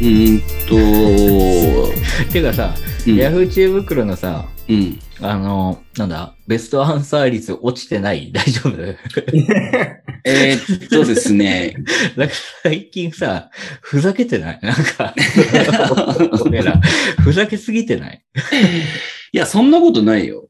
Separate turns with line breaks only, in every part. うーんと、
ていうかさ、
うん
ヤフー知恵袋のさ、
うん。
あの、なんだ、ベストアンサー率落ちてない 大丈夫
えーっとですね、
なんか最近さ、ふざけてない なんか、俺ら、ふざけすぎてない
いや、そんなことないよ。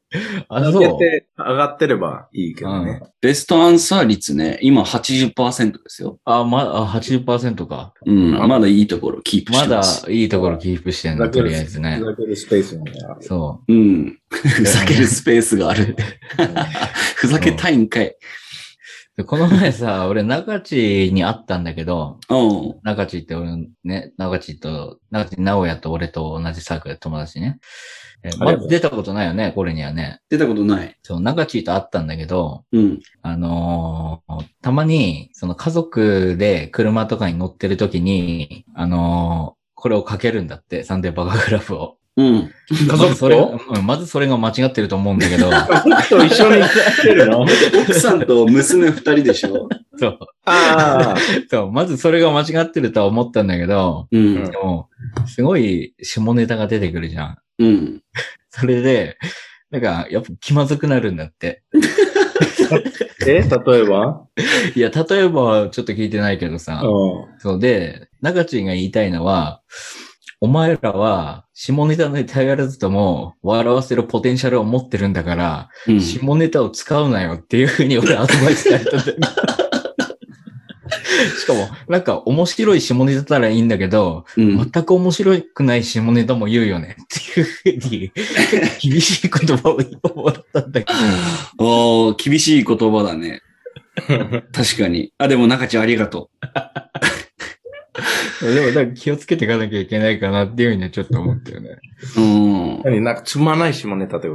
あ、
上
そ
げ
う。
て、上がってればいいけどね。
ベストアンサー率ね、今80%ですよ。
あ、まだ、あ、80%か。
うん、まだいいところキープし
ま
て
だ
ます。
いいところキープしてんの、とりあえずね
ふ。ざけるスペースも ねある
そ
うん。ふざけるスペースがあ る。ふざけたいんかい。
うで。この前さ、俺、中地に会ったんだけど、
うん。
中地って俺のね、中地と、中地直也と俺と同じサークル友達ね。え
あ
ま
れ
ず出たことないよね、これにはね。
出たことない。
そう、中地と会ったんだけど、
うん。
あのーたまに、その家族で車とかに乗ってる時に、あのーこれをかけるんだって、サンデーバカグラフを。
うん。
家
まず
族
それ、
と
うんまずそれが間違ってると思うんだけど、
家族と一緒に来てるの
奥さんと娘二人でし ょ。
そう、
ああ。
そう、まずそれが間違ってるとは思ったんだけど、
うん。
でも、すごい下ネタが出てくるじゃん。
うん。
それで、なんか、やっぱ気まずくなるんだって。
え、例えば
いや、例えば、ちょっと聞いてないけどさ、
う
そうで、中地が言いたいのは、お前らは、下ネタに頼らずとも、笑わせるポテンシャルを持ってるんだから、
うん
下ネタを使うなよっていうふうに俺アドバイスされたんだよ。 しかも、なんか面白い下ネタならいいんだけど、
うん。
全く面白くない下ネタも言うよねっていうふうに、 結構厳しい言葉をもらったんだけど。
おー、厳しい言葉だ ね。
ん。
確かに。あ、でも中地ありがと
でも、なんか気をつけていかなきゃいけないかなっていうふうにはちょっと思ったよね。
う。うん。
何なんかつまない下ネタってこ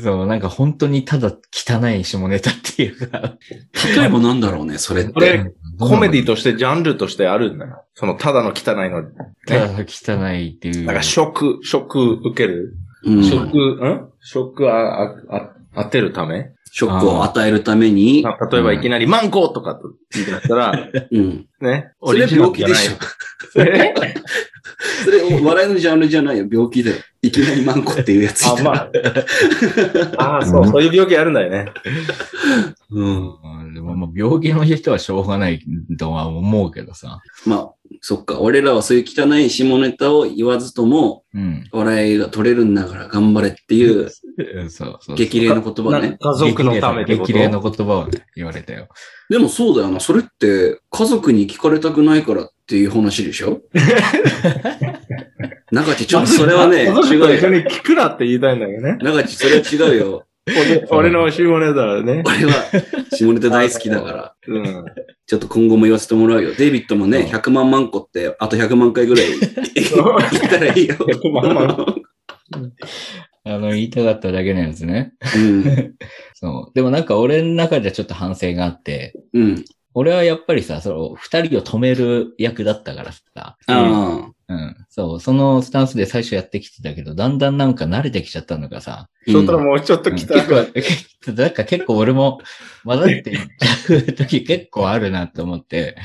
そう、なんか本当にただ汚い下ネタっていうか。
例えばなんだろうね、それっ
とこれ
て。、
コメディ
と。
として、ジャンルとしてあるんだよ。その、ただの汚いの。
ただ汚いっていう。
なんか、ショック、ショック受ける
うん
ショック、んショックあ、あ、あ、当てるため
ショックを与えるために。
な例えばいきなり、マンゴーとかと言ってなったら、
うん。
ね。
それは病気でしょ。
え
それ、笑いのジャンルじゃないよ。病気だよ。いきなりマンコっていうやついた
あ、
ら。
まあ。 ああ、そう、そういう病気あるんだよね。
うん。
うん、でももう病気の人はしょうがないとは思うけどさ。
まあ、そっか。俺らはそういう汚い下ネタを言わずとも、
うん。
笑いが取れるんだから頑張れっていう
うんそうそう。
激励の言葉ね。
家
激励の言葉をね言われたよ。
でもそうだよな。それって、家族に聞かれたくないからっていう話でし ょ中地、ちょっとそれはね、違
家族と一緒
うよ。
に聞くなって言いたいんだけどね。
中地、それは違う よ。
俺俺の下ネタはね。
俺は下ネタ大好きだから。
うん。
ちょっと今後も言わせてもらうよ。デイビッドもね、
うん
100万万個って、あと100万回ぐらい言ったらいいよ。
100万万
あの、言いたかっただけのやつね。
うん。
そう。でもなんか俺の中ではちょっと反省があって、
うん。
俺はやっぱりさ、その、二人を止める役だったからさ。
ああ。
うん。そう、そのスタンスで最初やってきてたけど、だんだんなんか慣れてきちゃったのがさ、
ちょっともうちょっと
うん
来
結
たら。
構、なんか結構俺も混ざっていっちゃう時結構あるなと思って、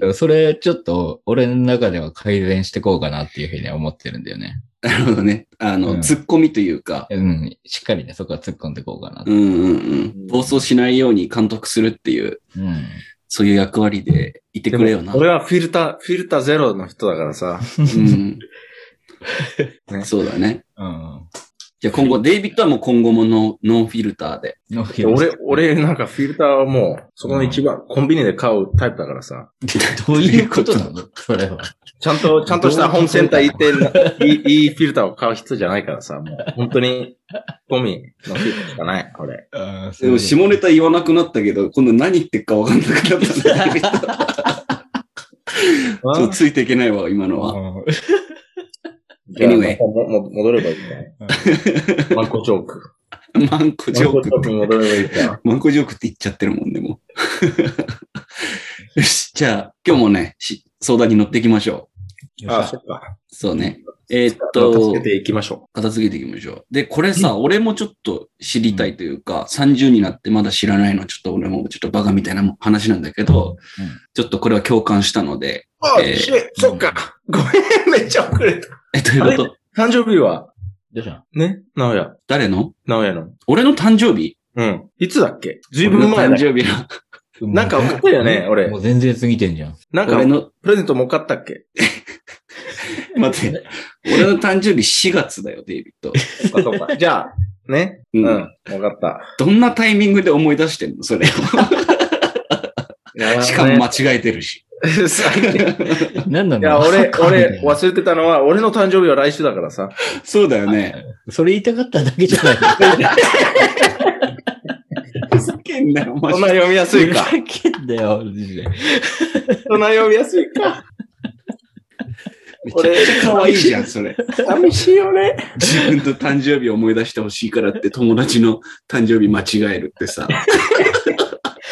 うん。
それちょっと俺の中では改善していこうかなっていうふうには思ってるんだよね。
なるほどね。あの、
うん
ツッコミというか、
うん、しっかりね、そこは突っ込んでいこうかな。
うんうんうん。暴走しないように監督するっていう、
うん。
そういう役割でいてくれよな。
俺はフィルター、フィルターゼロの人だからさ。
うん
ね
そうだね。
うん。
じゃあ今後、デイビッドはもう今後もノーノンフィルターで。
の日々
俺、、俺なんかフィルターはもう、そこの一番、コンビニで買うタイプだからさ。
どういうことな のそれは。
ちゃんと、ちゃんとしたホームセンター行 って、いい、いいフィルターを買う人じゃないからさ、もう、本当に、ゴミのフィルターしかない、これ。
あ
でも下ネタ言わなくなったけど、今度何言ってるか分かんなくなったねデイビッドちょっとついていけないわ、今のは。
じゃあ
Anyway
もも戻ればいいん だよ。マンコチョーク。
マンコジョーク
マンコ
って
チョークに戻ればいいか。
マンコジョークって言っちゃってるもんね、もう。 よし、じゃあ、今日もね、し相談に乗っていきましょ
あ、そっか。
う。そうね。えーっと
助け、ていきましょ
片付けていきましょう。で、これさ、俺もちょっと知りたいというか、30になってまだ知らないの、ちょっと俺もちょっとバカみたいなも話なんだけど、ちょっとこれは共感したので、
あ
えー
シェそっか。ごめん、めっちゃ遅れた。
え、どういうこと
誕生日は、
どうしたの
ね、直哉。
誰の
直哉の。
俺の誕生日
うん。いつだっけずいぶん前
俺の
だ
誕。生日は
なんか送ったよね俺
もう全然過ぎてんじゃ ん。
なんか
俺、の、
プレゼントも買ったっけ
待って、俺の誕生日4月だよ、デイビッド。
そっかそ っか。じゃあ、ね。
う
うんん。わかった。
どんなタイミングで思い出してんのそれを。
やばいね
しかも間違えてるし。
最低
なんないの
や、俺、俺、
わ
忘れてたのは、俺の誕生日は来週だからさ。
そうだよね。
それ言いたかっただけじ ゃない。
ふざけんなよ、マ
そん
ジ
な
で。
読みやすいか。
ふざけんだよ、マジで。
そんな読みやすい か。
めちゃくちゃ可愛いじゃん、それ。
寂しいよね。
自分と誕生日を思い出してほしいからって友達の誕生日間違えるってさ。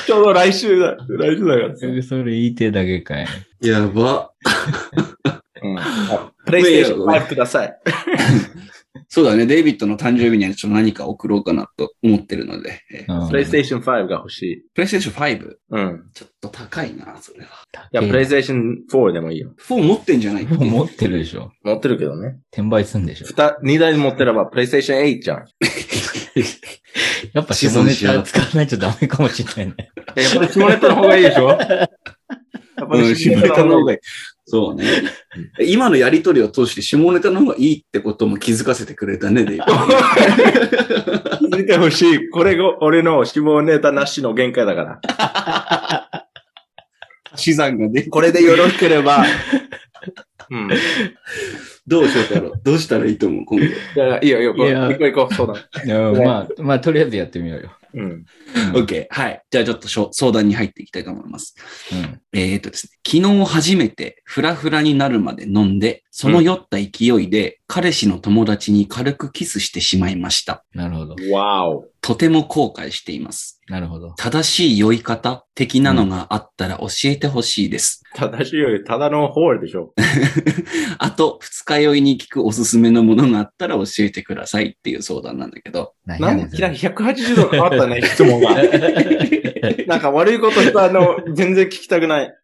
ちょうど来週だ。来週だからさ。
それ言いてえだけかい。
やば。
うん。プレイステーション5ください。
そうだね、デイビッドの誕生日にはちょっと何か送ろうかなと思ってるので。えー
プレイステ
ー
ーション5が欲しい。
プレイステーション 5?
うん。
ちょっと高いな、それ
い
は。
や、プレイステーション4でもいいよ。
4持ってんじゃない っけ
もう持ってるでしょ。
持ってるけどね。
転売すんでしょ。
二、二台持ってれば、プレイステーション8じゃん。
やっぱ下ネタ使わないとダメかもしれな いね。
えやっぱり下ネタの方がいいでしょ やっぱ
うん、
り
下ネタの方がいい。 そうね。今のやりとりを通して下ネタの方がいいってことも気づかせてくれたね、デイビッド。
見てほしい。これが俺の下ネタなしの限界だから。
資産がね、
これでよろしけれ ば。うん。
どうしようかろう。どうしたらいいと思う、今後。
じゃあ、いいよ、いいよ。
いや
行こう行こう。そうだ。
いやまあ、まあ、とりあえずやってみようよ。
うん。
うん
OK。はい。じゃあちょっとしょ相談に入っていきたいと思います。
うん。
えー、とですね、昨日初めてフラフラになるまで飲んで、その酔った勢いで彼氏の友達に軽くキスしてしまいました。
なるほど。
わお。
とても後悔しています。
なるほど。
正しい酔い方的なのがあったら教えてほしいです。
正しいより、ただのホールでしょ。
あと、二日酔いに効くおすすめのものがあったら教えてくださいっていう相談なんだけど。
何
な
や
ん
ね
で
んそ
キラ
れ
180度変わったね、 質問が。なんか悪いことしたあの、全然聞きたくない。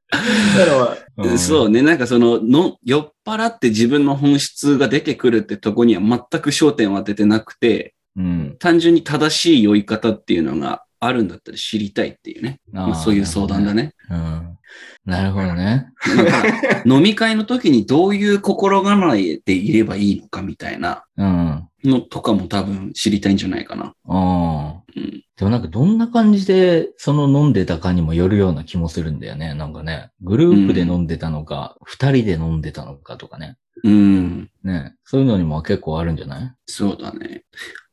だから
うん
そうね、なんかそのの、酔っ払って自分の本質が出てくるってとこには全く焦点を当ててなくて、
うん。
単純に正しい酔い方っていうのがあるんだったら知りたいっていうね。
あー
まあそういう相談だ。ね。
うん。なるほどね。
なんか飲み会の時にどういう心構えでいればいいのかみたいな
うん。
のとかも多分知りたいんじゃないかな。
ああ
うん。
でもなんかどんな感じでその飲んでたかにもよるような気もするんだよね。なんかね、グループで飲んでたのか、二、人で飲んでたのかとかね。
うん。
ね、そういうのにも結構あるんじゃない
そうだね。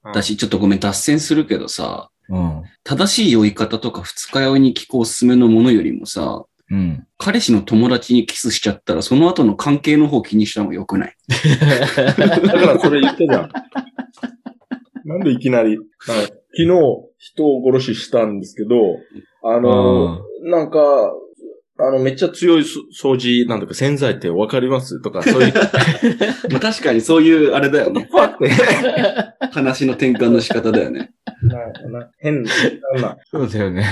私ちょっとごめん、脱線するけどさ、
うん。
正しい酔い方とか二日酔いに効くおすすめのものよりもさ、
うん。
彼氏の友達にキスしちゃったら、その後の関係の方気にした方が良くない
だからそれ言ったじゃん。なんでいきなり。なんか昨日、人を殺ししたんですけど、あの、なんか、あの、めっちゃ強いそ掃除、なんとか洗剤ってわかりますとか、 そういう、
まあ 確かにそういうあれだよね。
ファって。
話の転換の仕方だよね。
なな変な、変な女、
そうだよね。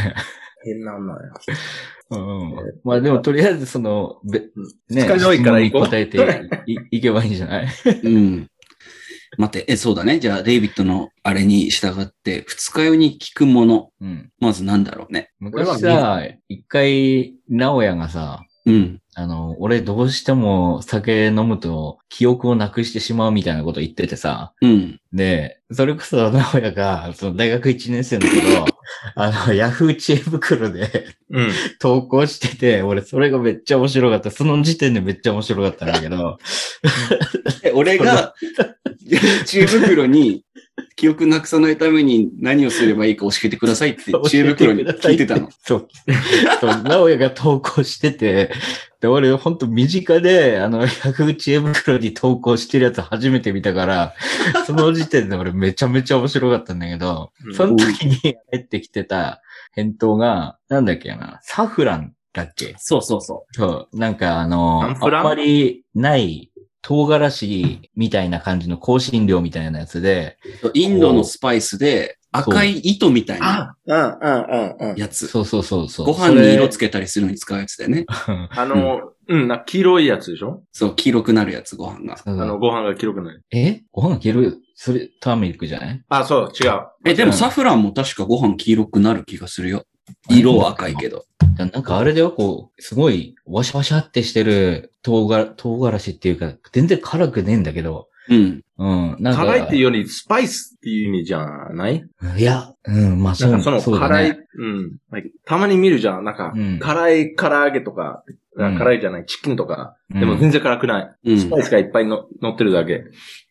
変な女よ。
うん。まあでもとりあえずその、べね、
二日酔いから行こう
質問に答えていいいけばいいんじゃない
うん。待って、え、そうだね。じゃあ、デイビッドのあれに従って、二日酔いに効くもの。
うん。
まずなんだろうね。
昔さ、一回、直哉がさ、
うん。
あの、俺どうしても酒飲むと記憶をなくしてしまうみたいなこと言っててさ、
うん。
で、それこそ、 名古屋が、その大学1年生の 頃、あの、ヤフー知恵袋で
うん。
投稿してて、俺それがめっちゃ面白かった。その時点でめっちゃ面白かったんだけど、
え、俺 が、知恵袋に、記憶なくさないために何をすればいいか 教えてくださいって、知恵袋に聞いてたの。。
そう。そう、直哉が投稿してて、で、俺ほんと身近で、あの、ヤフー知恵袋に投稿してるやつ初めて見たから、その時点で俺めちゃめちゃ面白かったんだけど、その時に入ってきてた返答が、なんだっけな、サフランだっけ
そうそうそ
そう。なんかあの、
サ
あ
ンフラ
ん
ン
まりない唐辛子みたいな感じの香辛料みたいなやつで、
う。インドのスパイスで、赤い糸みたいな
あ、うん、うん、うん、うん。
やつ。
そうそうそうそう。
ご飯に色つけたりするのに使うやつだよね。
それ
あの、うん、な、黄色いやつでしょ
そう、黄色くなるやつ、ご飯が。
そ
あの、
の
ご飯が黄色くない。
えご飯消えるそれ、ターメリックじゃない
あ、そう、違う。
え、でもサフランも確かご飯黄色くなる気がするよ。色は赤いけど。
じゃなんかあれだよ、こう、すごい、ワシャワシャってしてる唐辛、唐辛子っていうか、全然辛くねえんだけど、
うん。
うん、なんか。
辛いっていうより、スパイスっていう意味じゃない
いや、うん、まあそ
なんか
う
その
そうだ
辛い、
ね。
うん。なんかたまに見るじゃん。なんか
うん、
辛い唐揚げとか、
うん
辛いじゃない、チキンとか。
うん
でも全然辛くない。
う
ス
ん
パ。イスがいっぱいの乗ってるだけ。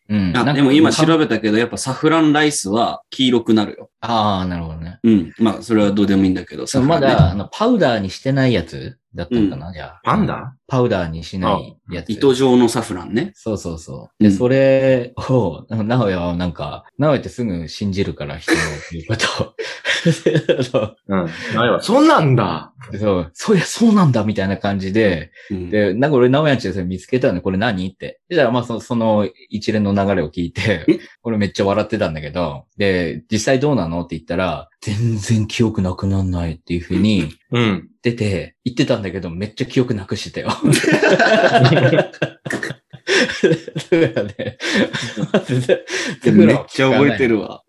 うん。
あ
なんか
でも今調べたけど、やっぱサフランライスは黄色くなるよ。
ああ、なるほどね。
うん。まあ、それはどうでもいいんだけど、サフラ
ま
ンね、
だ、あの、パウダーにしてないやつだったのかな、じゃあ。
パンダ
パウダーにしないやつ。
糸状のサフランね。
そうそうそう。
うん
で、それを、なおやはなんか、なおやってすぐ信じるから、人の言うことを
うん。ないわ。そんなんだ。
でそう、そういや、そうなんだみたいな感じで、
うん。
で、なんか俺、なおやんちでそれ見つけたんで、これ何って。でじゃあ、まあそ、その一連の流れを聞いて
え、
俺めっちゃ笑ってたんだけど、で、実際どうなのって言ったら、全然記憶なくなんないっていうふうに、
うん。
出て、言ってたんだけど、めっちゃ記憶なくし てたよ。だからね、まずね
でめっちゃ覚えて。る わ。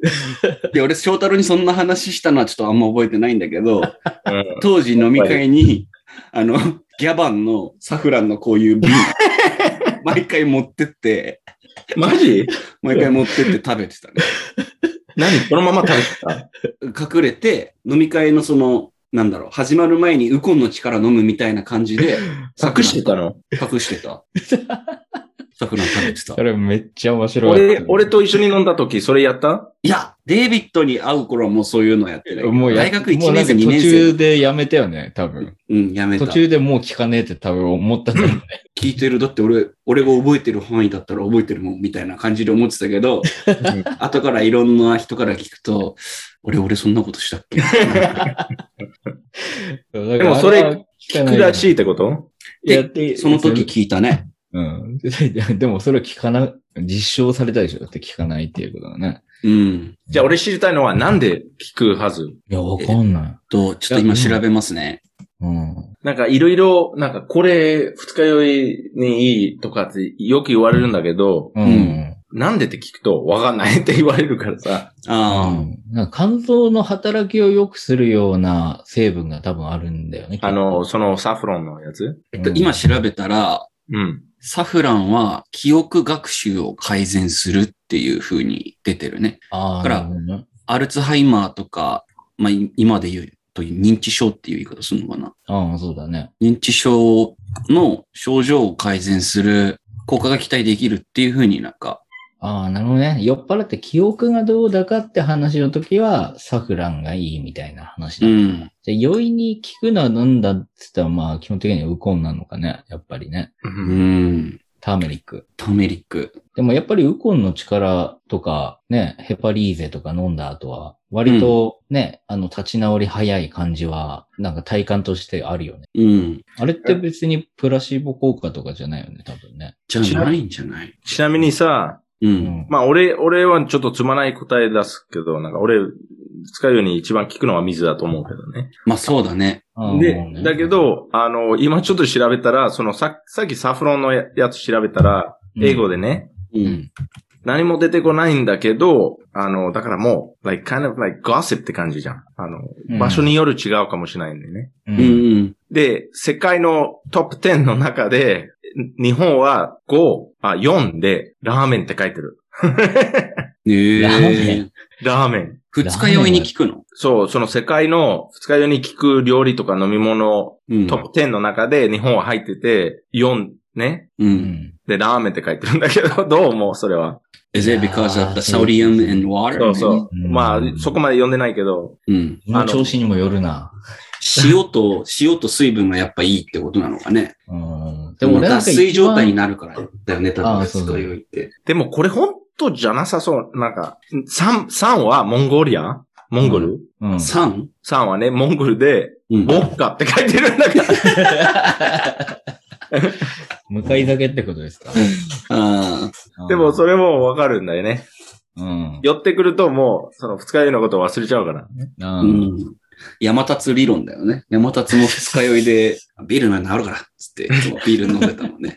いや、俺、翔太郎にそんな話したのはちょっとあんま覚えてないんだけ ど、
うん
当時飲み会に、あの、ギャバンのサフランのこういう 瓶、毎回持ってって、
マジ
毎回持ってって食べてたね。
何そのまま食べてた
隠れて、飲み会のその、なんだろう、始まる前にウコンの力飲むみたいな感じで、
隠してたの
隠して た。サフラン食べてた
そ。れめっちゃ面白い。
俺、俺と一緒に飲んだ時、それやった
いや、デイビッドに会う頃はもうそういうのやってない。
もうや
大学1
もうなん
年
か
生、2
途
年生。
中でやめたよね、多分。
うん、やめた。
途中でもう聞かねえって多分思ったんだよね。
聞いてる。だって俺、俺が覚えてる範囲だったら覚えてるもん、みたいな感じで思ってたけど、後からいろんな人から聞くと、俺、俺そんなことしたっ け
で
もそれ
聞かないよ
悔しいってこと
いやで
その時聞いたね。
うん。 ででもそれは聞かな、実証されたでしょだって聞かないっていうことだね。
うん。
じゃあ俺知りたいのはなんで聞くはず
いや、わかんな
と、ちょっと今調べますね。
い。うん。
なんかいろいろ、なんかこれ二日酔いにいいとかってよく言われるんだけど、
う。
うん
なんでって聞くとわかんないって言われるから さ。
う
ああ、
んなんか肝臓の働きを良くするような成分が多分あるんだよね。
あの、そのサフロンのやつ
えっと、今調べたら、
うん。
サフランは記憶学習を改善するっていう風に出てるね。
ああ、
から
なるほどね
アルツハイマーとか、まあ、い今で言うと認知症っていう言い方するのかな。
ああ、そうだね。
認知症の症状を改善する効果が期待できるっていうふうになんか、
ああ、なるほどね。酔っ払って記憶がどうだかって話の時は、サフランがいいみたいな話
う
だ。
ん。
で酔いに効くのはなんだって言ったら、まあ、基本的にはウコンなのかね。やっぱりね。
うーん。
ターメリック。
ターメリック。
でもやっぱりウコンの力とか、ね、ヘパリーゼとか飲んだ後は、割とね、あの、立ち直り早い感じは、なんか体感としてあるよね。
うん。
あれって別にプラシーボ効果とかじゃないよね、多分ね。
じゃないんじゃない
ちなみにさ、
う。
うんん。
まあ俺、俺はちょっとつまない答え出すけど、なんか俺、使うように一番聞くのは水だと思うけどね。
まあそうだね。
ああもう
で、
ね
だけど、あの、今ちょっと調べたら、そのさ、さっきサフロンのややつ調べたら、
うん
英語でね、
う。
うんん。
何も出てこないんだけど、あの、だからもう、like, kind of like gossip って感じじゃん。あ
うん
の、場所による違うかもしれないんでね。
う。
うん。うんん。
で、世界のトップ10の中で、日本は5、あ、4で、ラーメンって書いてる。
え
ラーメ
え
ン。
ラーメン。
二日酔いに効くの
そう、その世界の二日酔いに効く料理とか飲み物、
うん
トップ10の中で日本は入ってて、4、ね、
う。
うんん。
で、ラーメンって書いてるんだけど、どう思うそれは。
Is it because of the sodium and water?
そうそう。
うん
まあ、そこまで読んでないけど、
うん。
胃の調子にもよるな。
塩と、塩と水分がやっぱいいってことなのかね。
うん。
でも脱水状態に
な
なるからだよね、多
あ
分
ーそう
二
そう
日酔いって。
でもこれ本当じゃなさそう。なんか、3、3はモンゴリアモンゴル、
うん。
酸
?3 はね、モンゴルで、
うん
ボッカって書いてるんだけど。
向かい酒ってことですか。
あー
でもそ
れ。
れもわかるんだよね。
うん。
寄ってくるともう、その二日酔いのことを忘れちゃうから。
あ
う
ー
ん。山立理論だよね。山立の二日酔いで、ビールなんてあるから、つって、いつもビール飲んでたもんね。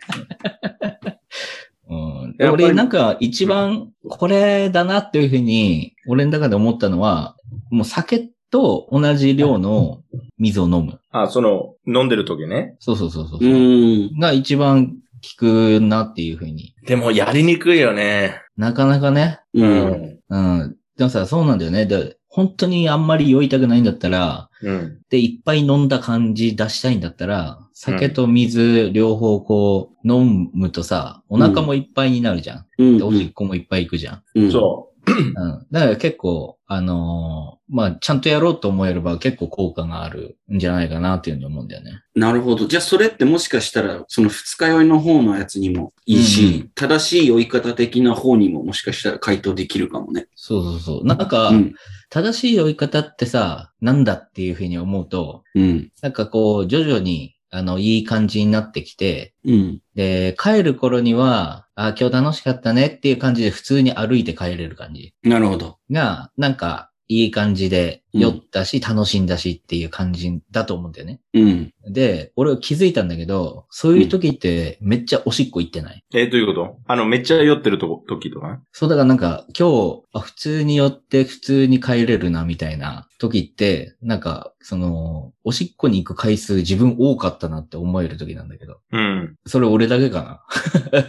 うん、
やっぱり
俺なんか一番これだなっていうふうに、俺の中で思ったのは、もう酒と同じ量の水を飲む。
あ、その、飲んでる時ね。
そうそうそうそう。
うーん。
が一番効くなっていうふうに。
でも、やりにくいよね。
なかなかね。
う。
うんん。
うん。でもさ、そうなんだよね。で本当にあんまり酔いたくないんだったら、
うん。
で、いっぱい飲んだ感じ出したいんだったら、酒と水両方こう飲むとさ、お腹もいっぱいになるじゃん。
うん
で、おしっこもいっぱい行くじゃん。
うん。
そ
うん。だから結構、あのーまあ、ちゃんとやろうと思えれば結構効果があるんじゃないかなっていうふうに思うんだよね。
なるほど。じゃあ、それってもしかしたら、その二日酔いの方のやつにもいいし、
うんうん
正しい酔い方的な方にももしかしたら回答できるかもね。
そうそうそう。なんか、
うん。
正しい酔い方ってさ、なんだっていうふうに思うと、
うん。
なんかこう、徐々に、あの、いい感じになってきて、
うん。
で、帰る頃には、あ、今日楽しかったねっていう感じで普通に歩いて帰れる感じ
なるほど。
が、なんか、いい感じで
うん
酔ったし、楽しんだしっていう感じだと思うんだよね。
うん。
で、俺は気づいたんだけど、そういう時ってめっちゃおしっこ行ってない。
う。え、どういうことあの、めっちゃ酔ってるとこ時とか
そうだからなんか今日、あ普通に寄って普通に帰れるなみたいな時って、なんかその、おしっこに行く回数自分多かったなって思える時なんだけど、
うん。
それ俺だけか
え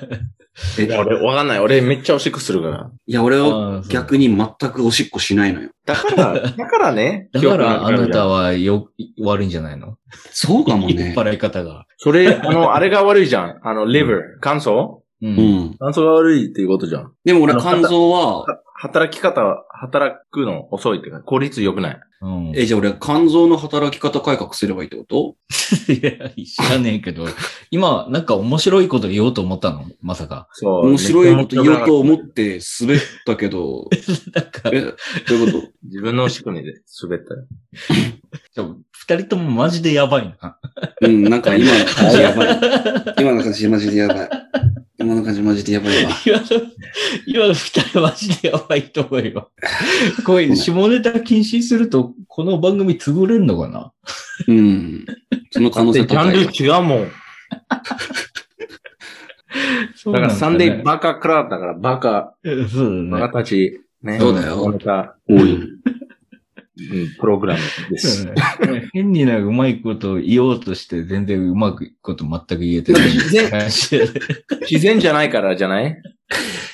いや、俺、わかんない。俺、めっちゃおしっこするから。
いや、俺
な。
は
あーそう
逆に全くおしっこしないのよ。
だから、 だからね。
だからあなた
は。
はよ、悪いんじゃないの
そうかも
酔っ
ね。
払い方が。
それ、あの、あれが悪いじゃん。あの、レバー。乾燥
う。
うんん。
乾燥が悪いっていうことじゃん。
でも俺、肝臓は、
は働き方、働くの遅いっていうか、効率良くない。
うん。い
え、じゃあ俺、肝臓の働き方改革すればいいってこと
や、知らねえけど、今、なんか面白いこと言おうと思ったのまさか。
そう。
面白いこと言おうと思っ
めちゃ
て滑ったけど、
なんか、
え、どういうこ
自分のおしっこにで滑ったよ。
ちょ二人ともマジでやばいな。
とうん、なんか今の感じやばい。今の感じマジでやばい。今の感じマジでやばいわ。
今の、 今の二人マジでやばいと思うよ。こういう下ネタ禁止すると、この番組潰れんのかな
うん。その可能性
でジャ
高
ン
い
ル
よ。
違うもん。
そう
だか
なん
ら
す
サ
か
ン
ね
デーバカクラブだから、バカ、
うんそうだ
バ
ね
カたち、ね。
そうだよ
また、
多い。
うん、プログラムです。
そうだね。変になんかうまいこと言おうとして、全然うまくこと全く言えてない感じで。
自然じゃないからじゃない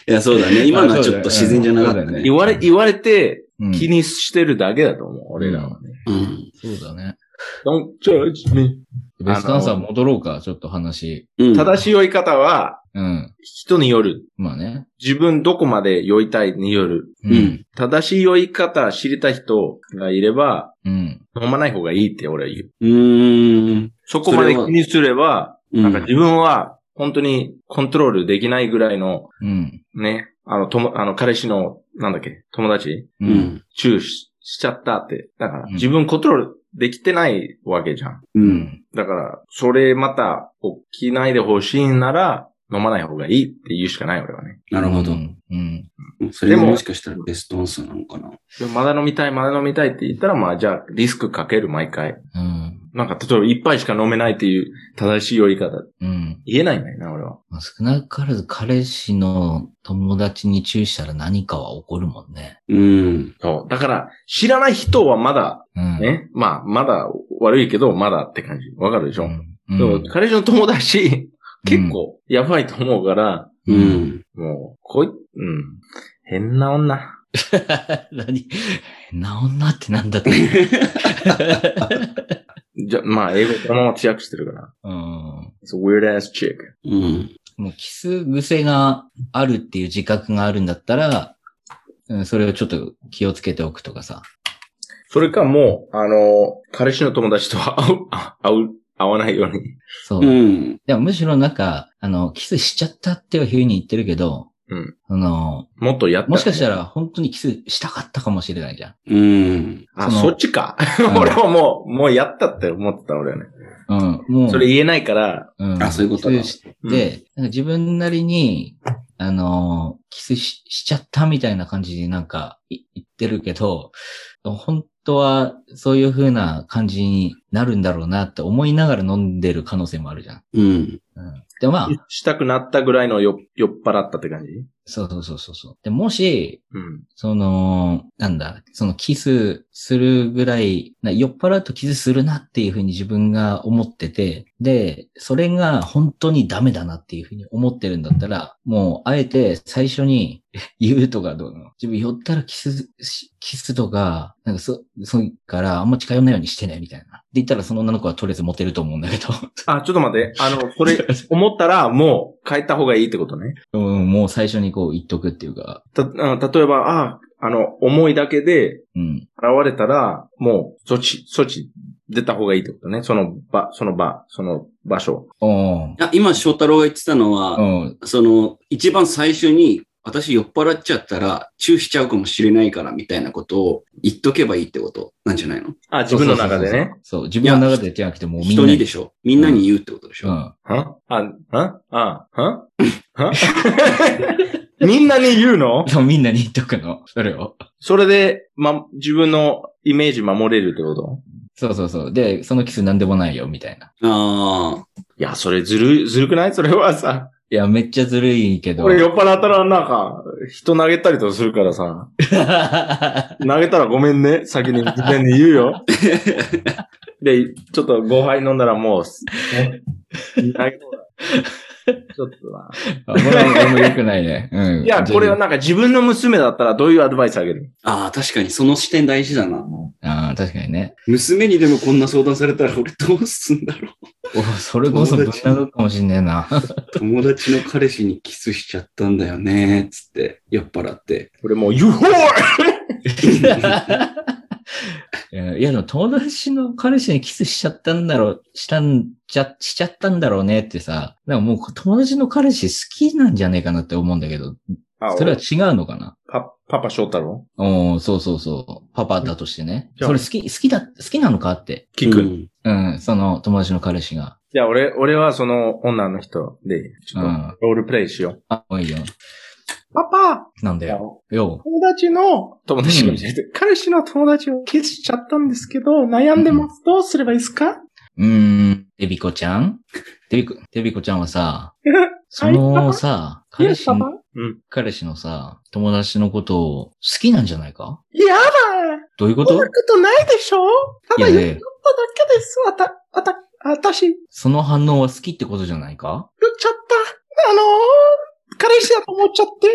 いや、そうだね。今のはちょっと自然じゃなかった
そうだ
ね。
ね
言われ、言われて
うん
気にしてるだけだと思う、俺らはね。
うん。
そうだね。
Don't judge me.
ベストアンサー戻ろうか、ちょっと話。
うん。
正しい酔い方は、
うん。
人による。
まあね。
自分どこまで酔いたいによる。
うん。
正しい酔い方知りたい人がいれば、
うん。
飲まない方がいいって俺は言う。
うーん。
そこまで気にすれば、
う
なんか
ん。
自分は本当にコントロールできないぐらいの、
うん。
ね、あの、とも、あの、彼氏の、なんだっけ、友達、
う。
うんん。
チューししちゃったって。だから、
うん
自分コントロールできてないわけじゃん。
う。
うんん。
だから、それまた起きないでほしいなら、飲まない方がいいって言うしかない、俺はね。
なるほど
う。ん。うん
それももしかしたらベストアンサーなのかな。
でもまだ飲みたい、まだ飲みたいって言ったら、まあ、じゃあ、リスクかける、毎回。
うん。
なんか、例えば、一杯しか飲めないっていう正しい酔い方、
うん。
言えないんだよな、俺は。
まあ、少なからず彼氏の友達に注意したら何かは起こるもんね。
うん。
そう。だから、知らない人はまだ、
うん。
ね、まあ、まだ悪いけど、まだって感じ。わかるでし
う
ょ、
ん。
で
う
も
ん、
彼氏の友達、結構、やばいと思うから、
う。ん。
もう、こい、うん、変な女。
何 変な女ってなんだって。
じゃ、まあ、英語そのまま知訳してるから。
うん。
It's a weird ass chick.
うん。
もうキス癖があるっていう自覚があるんだったら、うんそれをちょっと気をつけておくとかさ。
それかもう、あの、彼氏の友達とは会う、あ会う、会わないように。
そう。
うん。
でもむしろなんか、あの、キスしちゃったっていうふうに言ってるけど、
うん
あの、
もっとやった。
もしかしたら本当にキスしたかったかもしれないじゃん。
うん。
あ、
その
そっちか。
うん
俺はもう、もうやったって思ってた、俺はね。
うん。もう。
それ言えないから、
うん
あそういうことだ
で、なんか自分なりに、あの、キスししちゃったみたいな感じになんかい言ってるけど、本当はそういう風な感じになるんだろうなって思いながら飲んでる可能性もあるじゃん。
うん。
うん、でもまあ、
したくなったぐらいの酔っ酔っ払ったって感じ
そうそうそうそうそう。で、もし、
うん。
その、なんだ、そのキスするぐらい、な酔っ払うとキスするなっていうふうに自分が思ってて、で、それが本当にダメだなっていうふうに思ってるんだったら、もう、あえて最初に 言うとかどうなの自分酔ったらキスし、キスとか、なんかそ、そういうからあんま近寄んないようにしてね、みたいな。で言ったらその女の子はとりあえずモテると思うんだけど。
あ、ちょっと待って。あの、これ、思ったらもう変えた方がいいってことね。
うん、もう最初にこう言っとくっていうか、
た、あ例えば、あ、あの、思いだけで
うん、
現れたら、もう、そっち、そっち出た方がいいってことね。その場、その場、その場所。
おー
いや今、翔太郎が言ってたのは、
うん、
その、一番最初に、私酔っ払っちゃったら、チューしちゃうかもしれないから、みたいなことを言っとけばいいってことなんじゃないの
あ、自分の中でね。
そう、自分の中でじゃなくてもうみんな
人にでしょみんなに言うってことでしょ、
うん。
はあ、はあ、はは みんなに言うの
そうみんなに言っとくの。それを。
それで、ま、自分のイメージ守れるってこと
そうそうそう。で、そのキスなんでもないよ、みたいな。
あ
いや、それずるい、ずるくないそれはさ、
いや、めっちゃずるいけど。
俺酔 っ払ったらなんか、人投げたりとかするからさ、投げたらごめんね、先に事前に言う よ。で、ちょっと5杯飲んだらもう、ね、投げたらちょっとな。
あこれは俺も良くないね。うん。
いや、これは
な。
なんか自分の娘だったらどういうアドバイスあげる
あ。ああ、確かにその視点大事だな。
ああ、確かにね。
娘にでもこんな相談されたら俺どうすんだろう。
おそれこそぶん殴るかもしんね えな。
友達の彼氏にキスしちゃったんだよね、つって、酔っ払って。
これもう、You whore!
いや、いやでも友達の彼氏にキスしちゃったんだろう、したんじゃ、しちゃったんだろうねってさ、なんかもう友達の彼氏好きなんじゃねえかなって思うんだけど、
あ
それは違うのかな
パ、パパ翔太郎
おーそうそうそう。パパだとしてね。
じゃあ
それ好き、好きだ、好きなのかって。
聞く。
うん
うん、その友達の彼氏が。
じゃあ、俺、俺はその女の人で、ちょ
う
っ
ん
と、ロールプレイしよう。
あ、もういいよ。
パパ
なんだよ。
友
よ
達の、友達がて、彼氏の友達をキスしちゃったんですけど、悩んでます。どうすればいいですか
う。うーん、デビコちゃんデビコ、デビコちゃんはさ、そのさ、
イエ
彼
ス
氏
パ
の、
パうん。
彼氏のさ、友達のことを好きなんじゃないか
やだ
どういうこ
そん
と
なことないでしょた
い
だ
や
言っただ
ね、
けです。あた、あた、あたし、言っ
その反応は好きってことじゃないか
ちゃった。あのー、彼氏だと思っちゃって、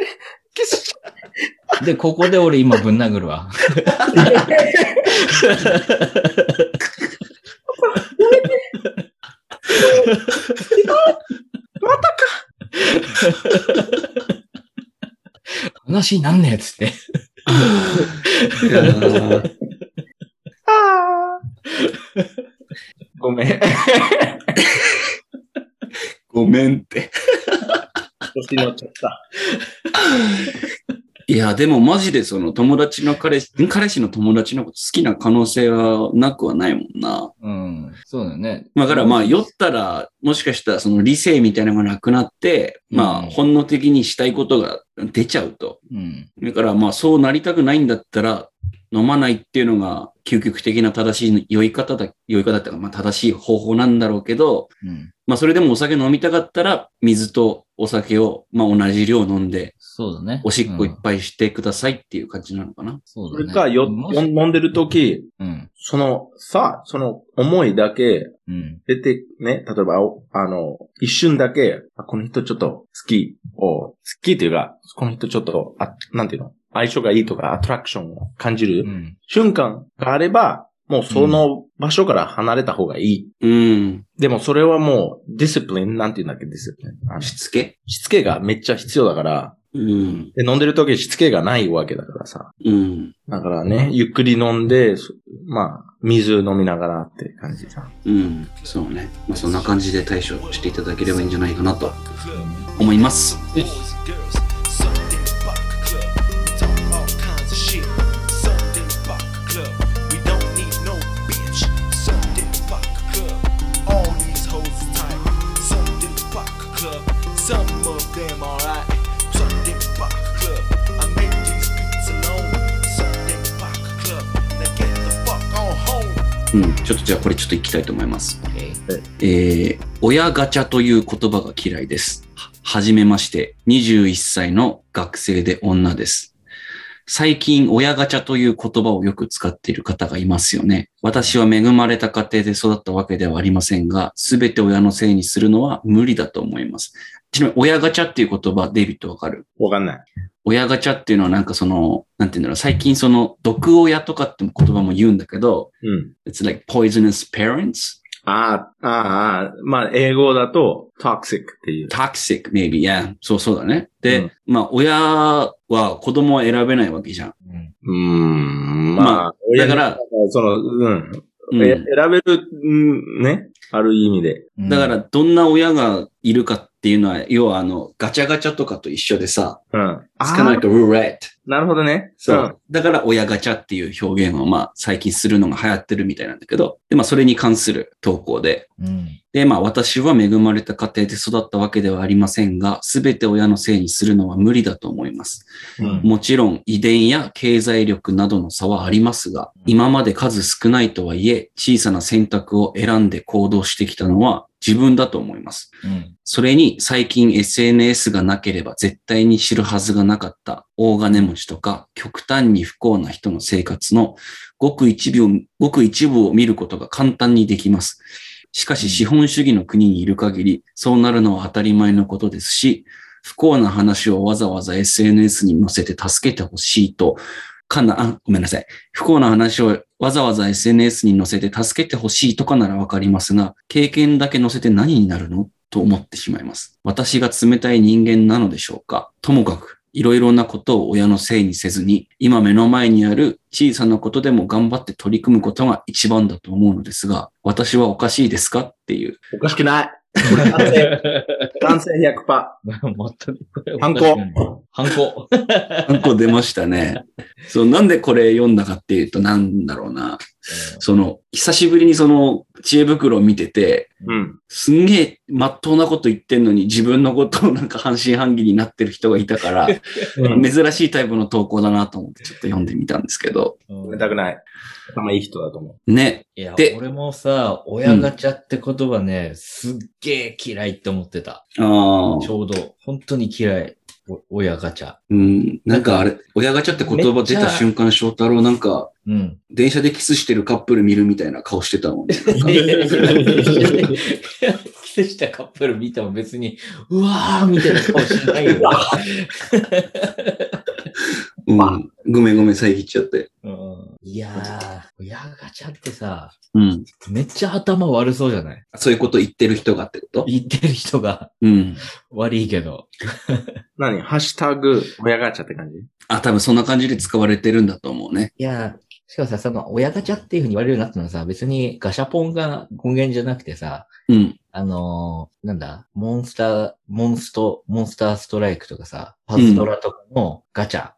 キスしちゃっ
で、ここで俺今ぶん殴るわ。話になんねえっつって。
いやー
た。あーご めん。
ごめんって。
腰乗っちゃった。
いや、でもマジでその友達の彼氏、彼氏の友達のこと好きな可能性はなくはないもんな。
うん。そうだよね。
まあだからまあ酔ったら、もしかしたらその理性みたいなのがなくなって、まあ
うん
本能的にしたいことが出ちゃうと。
うん。
だからまあそうなりたくないんだったら、飲まないっていうのが究極的な正しい酔い方だ、酔い方っていうかまあ正しい方法なんだろうけど、
うん。
まあそれでもお酒飲みたかったら、水とお酒をまあ同じ量飲んで、
そうだね。
おしっこいっ
うん
ぱいしてくださいっていう感じなのかな。
そう
そ
だね。
れか、よ、
も
よ
し
飲んでる時
うん。
その、さ、その思いだけ
うん。
出て、ね、例えば、おあの、一瞬だけ、あこの人ちょっと好きを、好きっていうか、この人ちょっと、あ、なんていうの相性がいいとか、アトラクションを感じる、
うん。
瞬間があれば、もうその場所から離れた方がいい。
うん。
でもそれはもう、ディスプリン、なんていうんだっけ、ディスプリン。あの
し
し
つけ
しつけがめっちゃ必要だから、
うん。
で飲んでる時しつけがないわけだからさ。
うん。
だからね、ゆっくり飲んで、そまあ、水飲みながらって感じさ。
うん。そうね。まあ、そんな感じで対処していただければいいんじゃないかなと思います。
Boys and girls, Sunday Buck Club. We talk all kinds of shit. Sunday Buck Club. We don't need no bitch. Sunday Buck Club. All these hoes is tight. Sunday Buck Club. Some of them alright. So
ちょっとじゃあこれちょっといきたいと思います。
え
えー親ガチャという言葉が嫌いです。ははじめまして、21歳の学生で女です。最近、親ガチャという言葉をよく使っている方がいますよね。私は恵まれた家庭で育ったわけではありませんが、すべて親のせいにするのは無理だと思います。ちなみに、親ガチャっていう言葉、デイビッドわかる
わかんない。
親ガチャっていうのはなんかその、なんていうんだろう、最近その、毒親とかって言葉も言うんだけど、
うん。
it's like poisonous parents
ああ、ああ、まあ、英語だと、toxic っていう。
toxic, maybe, yeah. そうそうだね。で、
うん
まあ、親は子供は選べないわけじゃん。
うん
うーん、
ま
まあ、親が
だから、
その、うん。
うん
え選べる、うんね。ある意味で。
うん
だから、どんな親がいるかっていうのは、要はあの、ガチャガチャとかと一緒でさ、
うん。
つかない
あー
とルーレット。
なるほどね。
そう。だから、親ガチャっていう表現を、まあ、最近するのが流行ってるみたいなんだけど、で、まあ、それに関する投稿で、
うん。
で、まあ私は恵まれた家庭で育ったわけではありませんが、すべて親のせいにするのは無理だと思います。
うん
もちろん遺伝や経済力などの差はありますが、今まで数少ないとはいえ、小さな選択を選んで行動してきたのは自分だと思います。
うん。
それに最近 SNS がなければ絶対に知るはずがなかった大金持ちとか極端に不幸な人の生活のごく一部をごく一部を見ることが簡単にできます。しか
う
し
ん
資本主義の国にいる限りそうなるのは当たり前のことですし、不幸な話をわざわざ SNS に載せて助けてほしいと、かな、あ、ごめんなさい。不幸な話をわざわざ SNS に載せて助けてほしいとかならわかりますが、経験だけ載せて何になるのと思ってしまいます。私が冷たい人間なのでしょうかともかく、いろいろなことを親のせいにせずに、今目の前にある小さなことでも頑張って取り組むことが一番だと思うのですが、私はおかしいですかっていう。
おかしくない。これ男性、 男性100%。
もっとにこれ
反抗。
反抗。
なんか出ましたね。 そう、なんでこれ読んだかっていうと、なんだろうな。その、久しぶりにその、知恵袋を見てて、
うん。
すんげえ、まっとうなこと言ってんのに、自分のことをなんか半信半疑になってる人がいた から、
うん
珍しいタイプの投稿だなと思って、ちょっと読んでみたんですけど。
うん
冷たくない。頭いい人だと思
ね。
いや、
で
俺もさ、親ガチャって言葉ね、すっげえ嫌いって思ってた。
あ
ちょうど、本当に嫌い。お親ガチャ。
うん。なんかあれ、親ガチャって言葉出た瞬間、翔太郎なんか、
うん。
電車でキスしてるカップル見るみたいな顔してたもんね。
いやいやいやいやキスしたカップル見ても別に、うわーみたいな顔しない よ。
うん。ごめんごめん、遮っちゃって。
うんいやー、親ガチャってさ、
うん。
めっちゃ頭悪そうじゃない
そういうこと言ってる人がってこと
言ってる人が
うん。
悪いけど。
う。何ハッシュタグ、親ガチャって感じ
あ、多分そんな感じで使われてるんだと思うね。
いやー、しかもさ、その親ガチャっていうふうに言われるようになったのはさ、別にガシャポンが根源じゃなくてさ、
うん。
あのー、なんだ、モンスター、モンスト、モンスターストライクとかさ、パズドラとかのガチャ。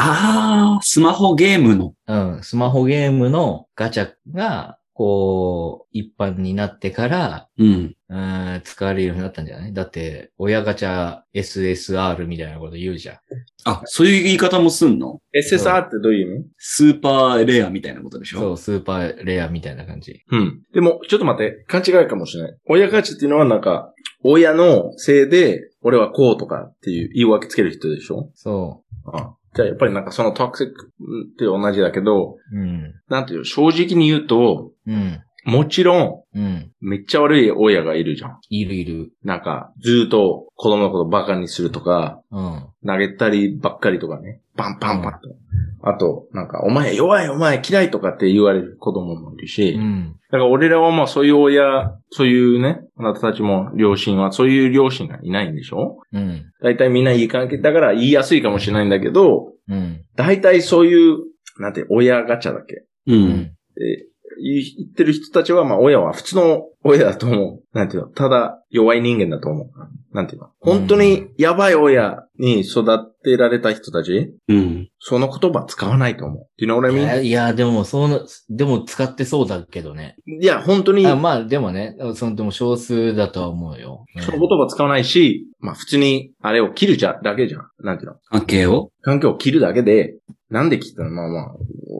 あー、スマホゲームの。
うん、スマホゲームのガチャが、こう、一般になってから、
うん。
うん、使われるようになったんじゃないだって、親ガチャ SSR みたいなこと言うじゃん。
あ、そういう言い方もすんの
?SSR ってどういう意味
スーパーレアみたいなことでしょ
そう、スーパーレアみたいな感じ。
うん。でも、ちょっと待って、勘違いかもしれない。親ガチャっていうのはなんか、親のせいで、俺はこうとかっていう言い訳つける人でしょ
そ
あじゃあやっぱりなんかそのトクシックって同じだけど、
う。うん。
なんていう、正直に言うと、
うん。
もちろん、
うん。
めっちゃ悪い親がいるじゃん。
いるいる。
なんか、ずっと子供のことバカにするとか、
うん。
投げたりばっかりとかね。パンパンパンと。あと、なんか、お前弱いお前嫌いとかって言われる子供もいるし、
うん。
だから俺らはまあそういう親、そういうね、あなたたちも両親は、そういう両親がいないんでしょ
うん。
大体みんないい関係、だから言いやすいかもしれないんだけど、
うん。
大体そういう、なんて、親ガチャだっけ
う。
うんん。
え言い言ってる人たちは、まあ親は普通の親だと思う。なんていうのただ弱い人間だと思う。なんていうの本当にやばい親に育てられた人たち、
うん。
その言葉使わないと思う。Do you know what I
い
mean?
や、いやでも、その、でも使ってそうだけどね。
いや、本当に
あまあ、でもね、その、でも少数だとは思うよ。うん
その言葉使わないし、まあ普通にあれを切るじゃ、だけじゃん。なんていうの
関係を
環境を切るだけで、なんで聞いたのまあまあ、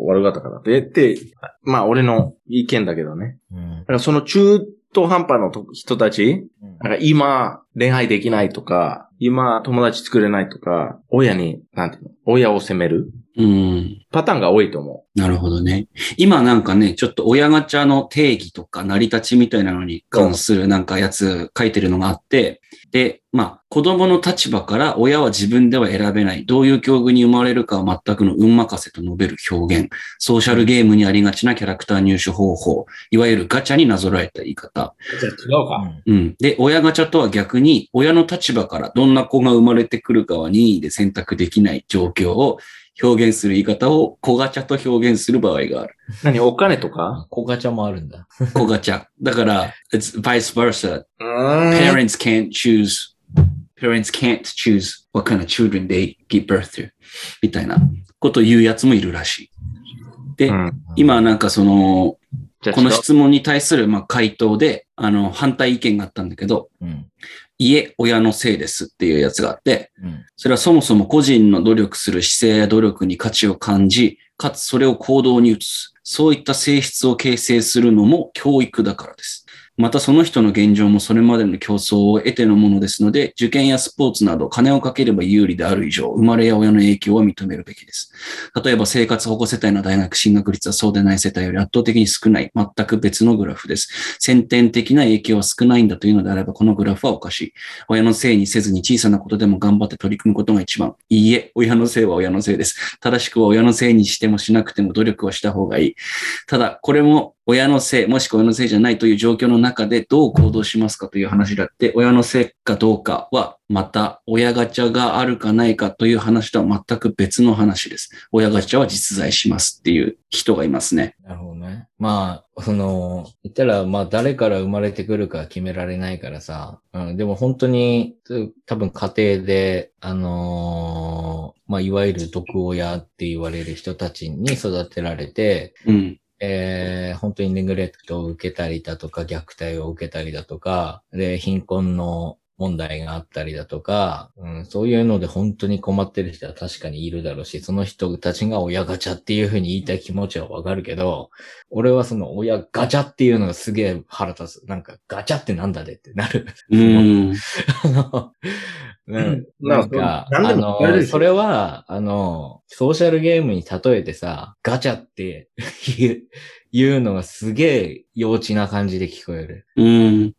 悪かったから。で、って、まあ俺の意見だけどね。
うん
だ。からその中途半端のと人たち、
うん
なんか今恋愛できないとか、今友達作れないとか、親に、なんていうの、親を責める
うん。
パターンが多いと思
なるほどね。今なんかね、ちょっと親ガチャの定義とか成り立ちみたいなのに関するなんかやつ書いてるのがあって、で、まあ、子供の立場から親は自分では選べない。どういう境遇に生まれるかは全くの運任せと述べる表現。ソーシャルゲームにありがちなキャラクター入手方法。いわゆるガチャになぞらえた言い方。
う。じゃあ違う
う。ん
うん。で、親ガチャとは逆に、親の立場からどんな子が生まれてくるかは任意で選択できない状況を表現する言い方を子ガチャと表現する場合がある。
何、お金とか
あ、小ガチャもあるんだ。
子ガチャ。だから、it's vice versa.
うーん。
Parents can't choose. Parents can't choose what kind of children they give birth to. みたいなことを言うやつもいるらしい。で、
うん
今なんかその、
じゃあ
こ
違う
の質問に対するまあ回答で、あの、反対意見があったんだけど、
うん。
いえ、親のせいですっていうやつがあって、
うん。
それはそもそも個人の努力する姿勢や努力に価値を感じ、かつそれを行動に移す。そういった性質を形成するのも教育だからです。またその人の現状もそれまでの競争を得てのものですので、受験やスポーツなど金をかければ有利である以上、生まれや親の影響は認めるべきです。例えば生活保護世帯の大学進学率はそうでない世帯より圧倒的に少ない、全く別のグラフです。先天的な影響は少ないんだというのであれば、このグラフはおかしい。親のせいにせずに小さなことでも頑張って取り組むことが一番。いいえ、親のせいは親のせいです。正しくは親のせいにしてもしなくても努力はした方がいい。ただ、これも親のせい、もしくは親のせいじゃないという状況の中でどう行動しますかという話であって、親のせいかどうかは、また親ガチャがあるかないかという話とは全く別の話です。親ガチャは実在しますっていう人がいますね。
なるほどね。まあ、その、言ったら、まあ、誰から生まれてくるかは決められないからさ。うん、でも本当に、つ多分家庭で、あのーまあ、いわゆる毒親って言われる人たちに育てられて、
うん。
えー本当にネグレクトを受けたりだとか、虐待を受けたりだとか、で、貧困の問題があったりだとか、うん、そういうので本当に困ってる人は確かにいるだろうし、その人たちが親ガチャっていうふうに言いたい気持ちはわかるけど、俺はその親ガチャっていうのがすげえ腹立つ。なんかガチャってなんだでってなる。
うん。
あのうんなんか、
まあ
あ
何でも使える
の、
でしょ
それは、あの、ソーシャルゲームに例えてさ、ガチャって 言う言うのがすげえ幼稚な感じで聞こえる。
うん。
うん。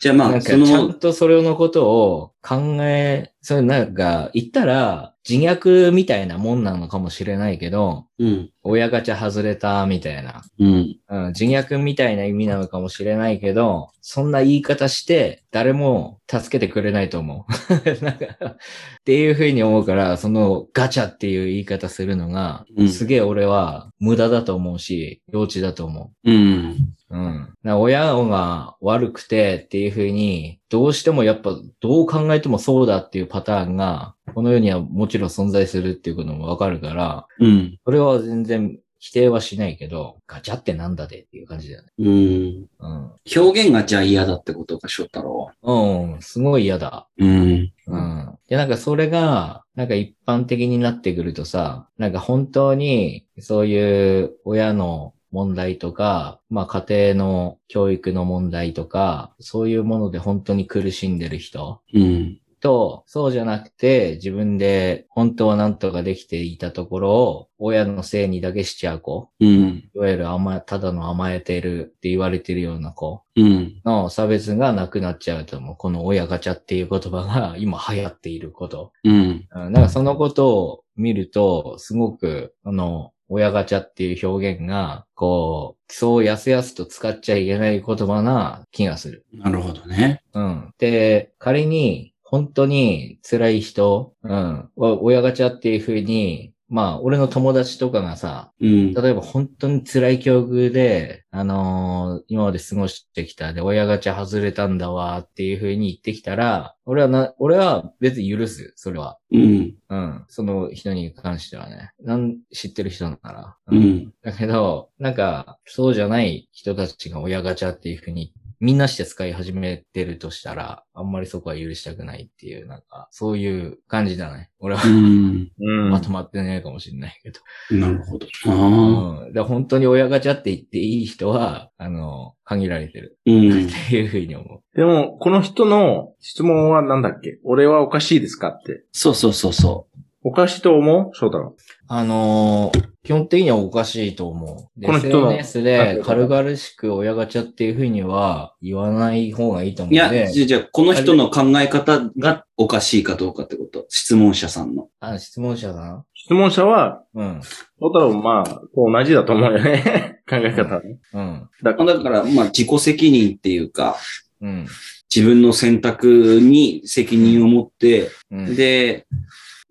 じゃあま
なん
あ、
か、ち
そ
ゃん
の、
とそれのことを考え、それなんか、言ったら、自虐みたいなもんなのかもしれないけど、
うん。
親ガチャ外れた、みたいな。
うん。
うん、自虐みたいな意味なのかもしれないけど、そんな言い方して、誰も助けてくれないと思う。 なんかっていうふうに思うから、そのガチャっていう言い方するのが、
うん
すげえ俺は無駄だと思うし、幼稚だと思
うん。
う。うん。な親が悪くてっていうふうに、どうしてもやっぱどう考えてもそうだっていうパターンが、この世にはもちろん存在するっていうこともわかるから、
うん。
それは全然否定はしないけど、ガチャってなんだでっていう感じだよね。
うん。
うん。
表現がじゃあ嫌だってことか、翔太郎。
うん、すごい嫌だ。
うん。
うん。で、なんかそれが、なんか一般的になってくるとさ、なんか本当に、そういう親の問題とか、まあ家庭の教育の問題とか、そういうもので本当に苦しんでる人
うん。
と、そうじゃなくて、自分で本当は何とかできていたところを、親のせいにだけしちゃう子、
うん。
いわゆる甘え、ただの甘えてるって言われてるような子
うん。
の差別がなくなっちゃうと思う。この親ガチャっていう言葉が 今流行っていること。
うん。
うんなんかそのことを見ると、すごく、あの、親ガチャっていう表現が、こう、そうやすやすと使っちゃいけない言葉な気がする。
なるほどね。
うん。で、仮に、本当に辛い人、うん、お親ガチャっていう風に、まあ、俺の友達とかがさ、
うん。
例えば本当に辛い境遇で、あのー今まで過ごしてきたで、親ガチャ外れたんだわっていう風に言ってきたら、俺はな、俺は別に許す、それは。
うん。
うん。その人に関してはね。なん、知ってる人だから。
うん。
だけど、なんか、そうじゃない人たちが親ガチャっていう風にみんなして使い始めてるとしたら、あんまりそこは許したくないっていう、なんか、そういう感じだね。俺は
うん。
うん。
まとまってないかもしれないけど。
なるほど。ああ。
うん。で本当に親ガチャって言っていい人は、あの、限られてる
うん。
っていうふうに思
でも、この人の質問はなんだっけ俺はおかしいですかって。
そうそうそうそ
おかしいと思う翔太郎。
う。あのー基本的にはおかしいと思う。で
この人の
SNS で軽々しく親ガチャっていうふうには言わない方がいいと思
う。いう
の
や、
で、
じゃあじゃあこの人の考え方がおかしいかどうかってこと。質問者さんの。
あ、質問者さん
質問者は、
うん。
翔太郎もまあ、と同じだと思うよね。 考え方ね。
うん。
だか
まあだから、まあ自己責任っていうか、
うん。
自分の選択に責任を持って、
うん。
で、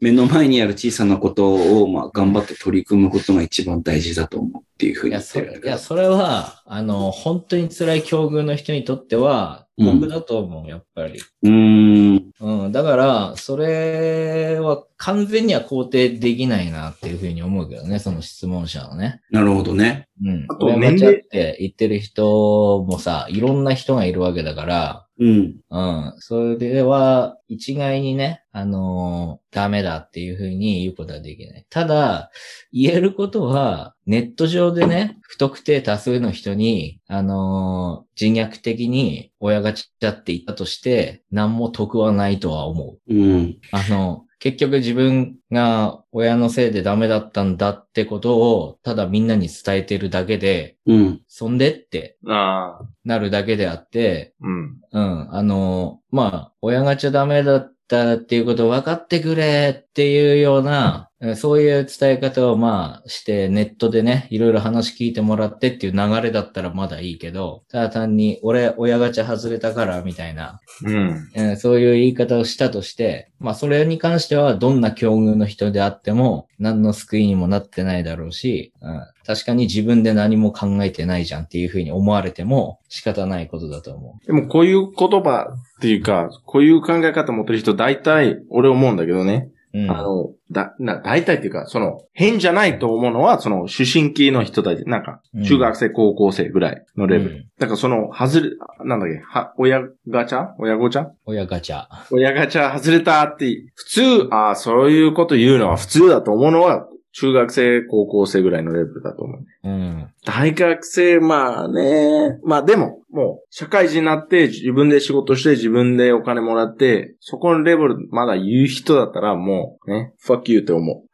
目の前にある小さなことを、まあ、頑張って取り組むことが一番大事だと思うっていうふうに
い
言
や、
っ
そ
てるん
れ
だ、
い
けど
や、それは、あの、本当に辛い境遇の人にとっては、
うん
僕だと思う、やっぱり。
うーん。
うん、だから、それは完全には肯定できないなっていうふうに思うけどね、その質問者のね。
なるほどね。
うん。
あと
親
年齢
ガチャって言ってる人もさ、いろんな人がいるわけだから、
うん。
うん。それでは、一概にね、あのーダメだっていうふうに言うことはできない。ただ、言えることは、ネット上でね、不特定多数の人に、あのー人脈的に親ガチャって言ったとして、何も得はないとは思う。
うん。
あの、結局自分が親のせいでダメだったんだってことを、ただみんなに伝えてるだけで、
うん。
そんでって
ら。ああ。
なるだけであって、
うん。
うん、あの、まあ、親がちゃダメだったっていうことを分かってくれっていうような、うんそういう伝え方をまあして、ネットでね、いろいろ話聞いてもらってっていう流れだったらまだいいけど、ただ単に、俺、親ガチャ外れたから、みたいな、
うん。
えーそういう言い方をしたとして、まあそれに関してはどんな境遇の人であっても何の救いにもなってないだろうし、うん、確かに自分で何も考えてないじゃんっていうふうに思われても仕方ないことだと思
でもこういう言葉っていうか、こういう考え方持ってる人、大体、俺思うんだけどね。
う。うん。
あの、だ、な、大体っていうか、その、変じゃないと思うのは、その、思春期の人たち、なんか
うん、
中学生、高校生ぐらいのレベル。
うん
だからその、外れ、なんだっけ、は、親ガチャ親ごちゃ
親ガチャ。
親ガチャ外れたって、普通、ああ、そういうこと言うのは普通だと思うのは、中学生、高校生ぐらいのレベルだと思う。
うん。
大学生、まあね。まあでも、もう、社会人になって、自分で仕事して、自分でお金もらって、そこのレベルまだ言う人だったら、もう、ね、fuck you って思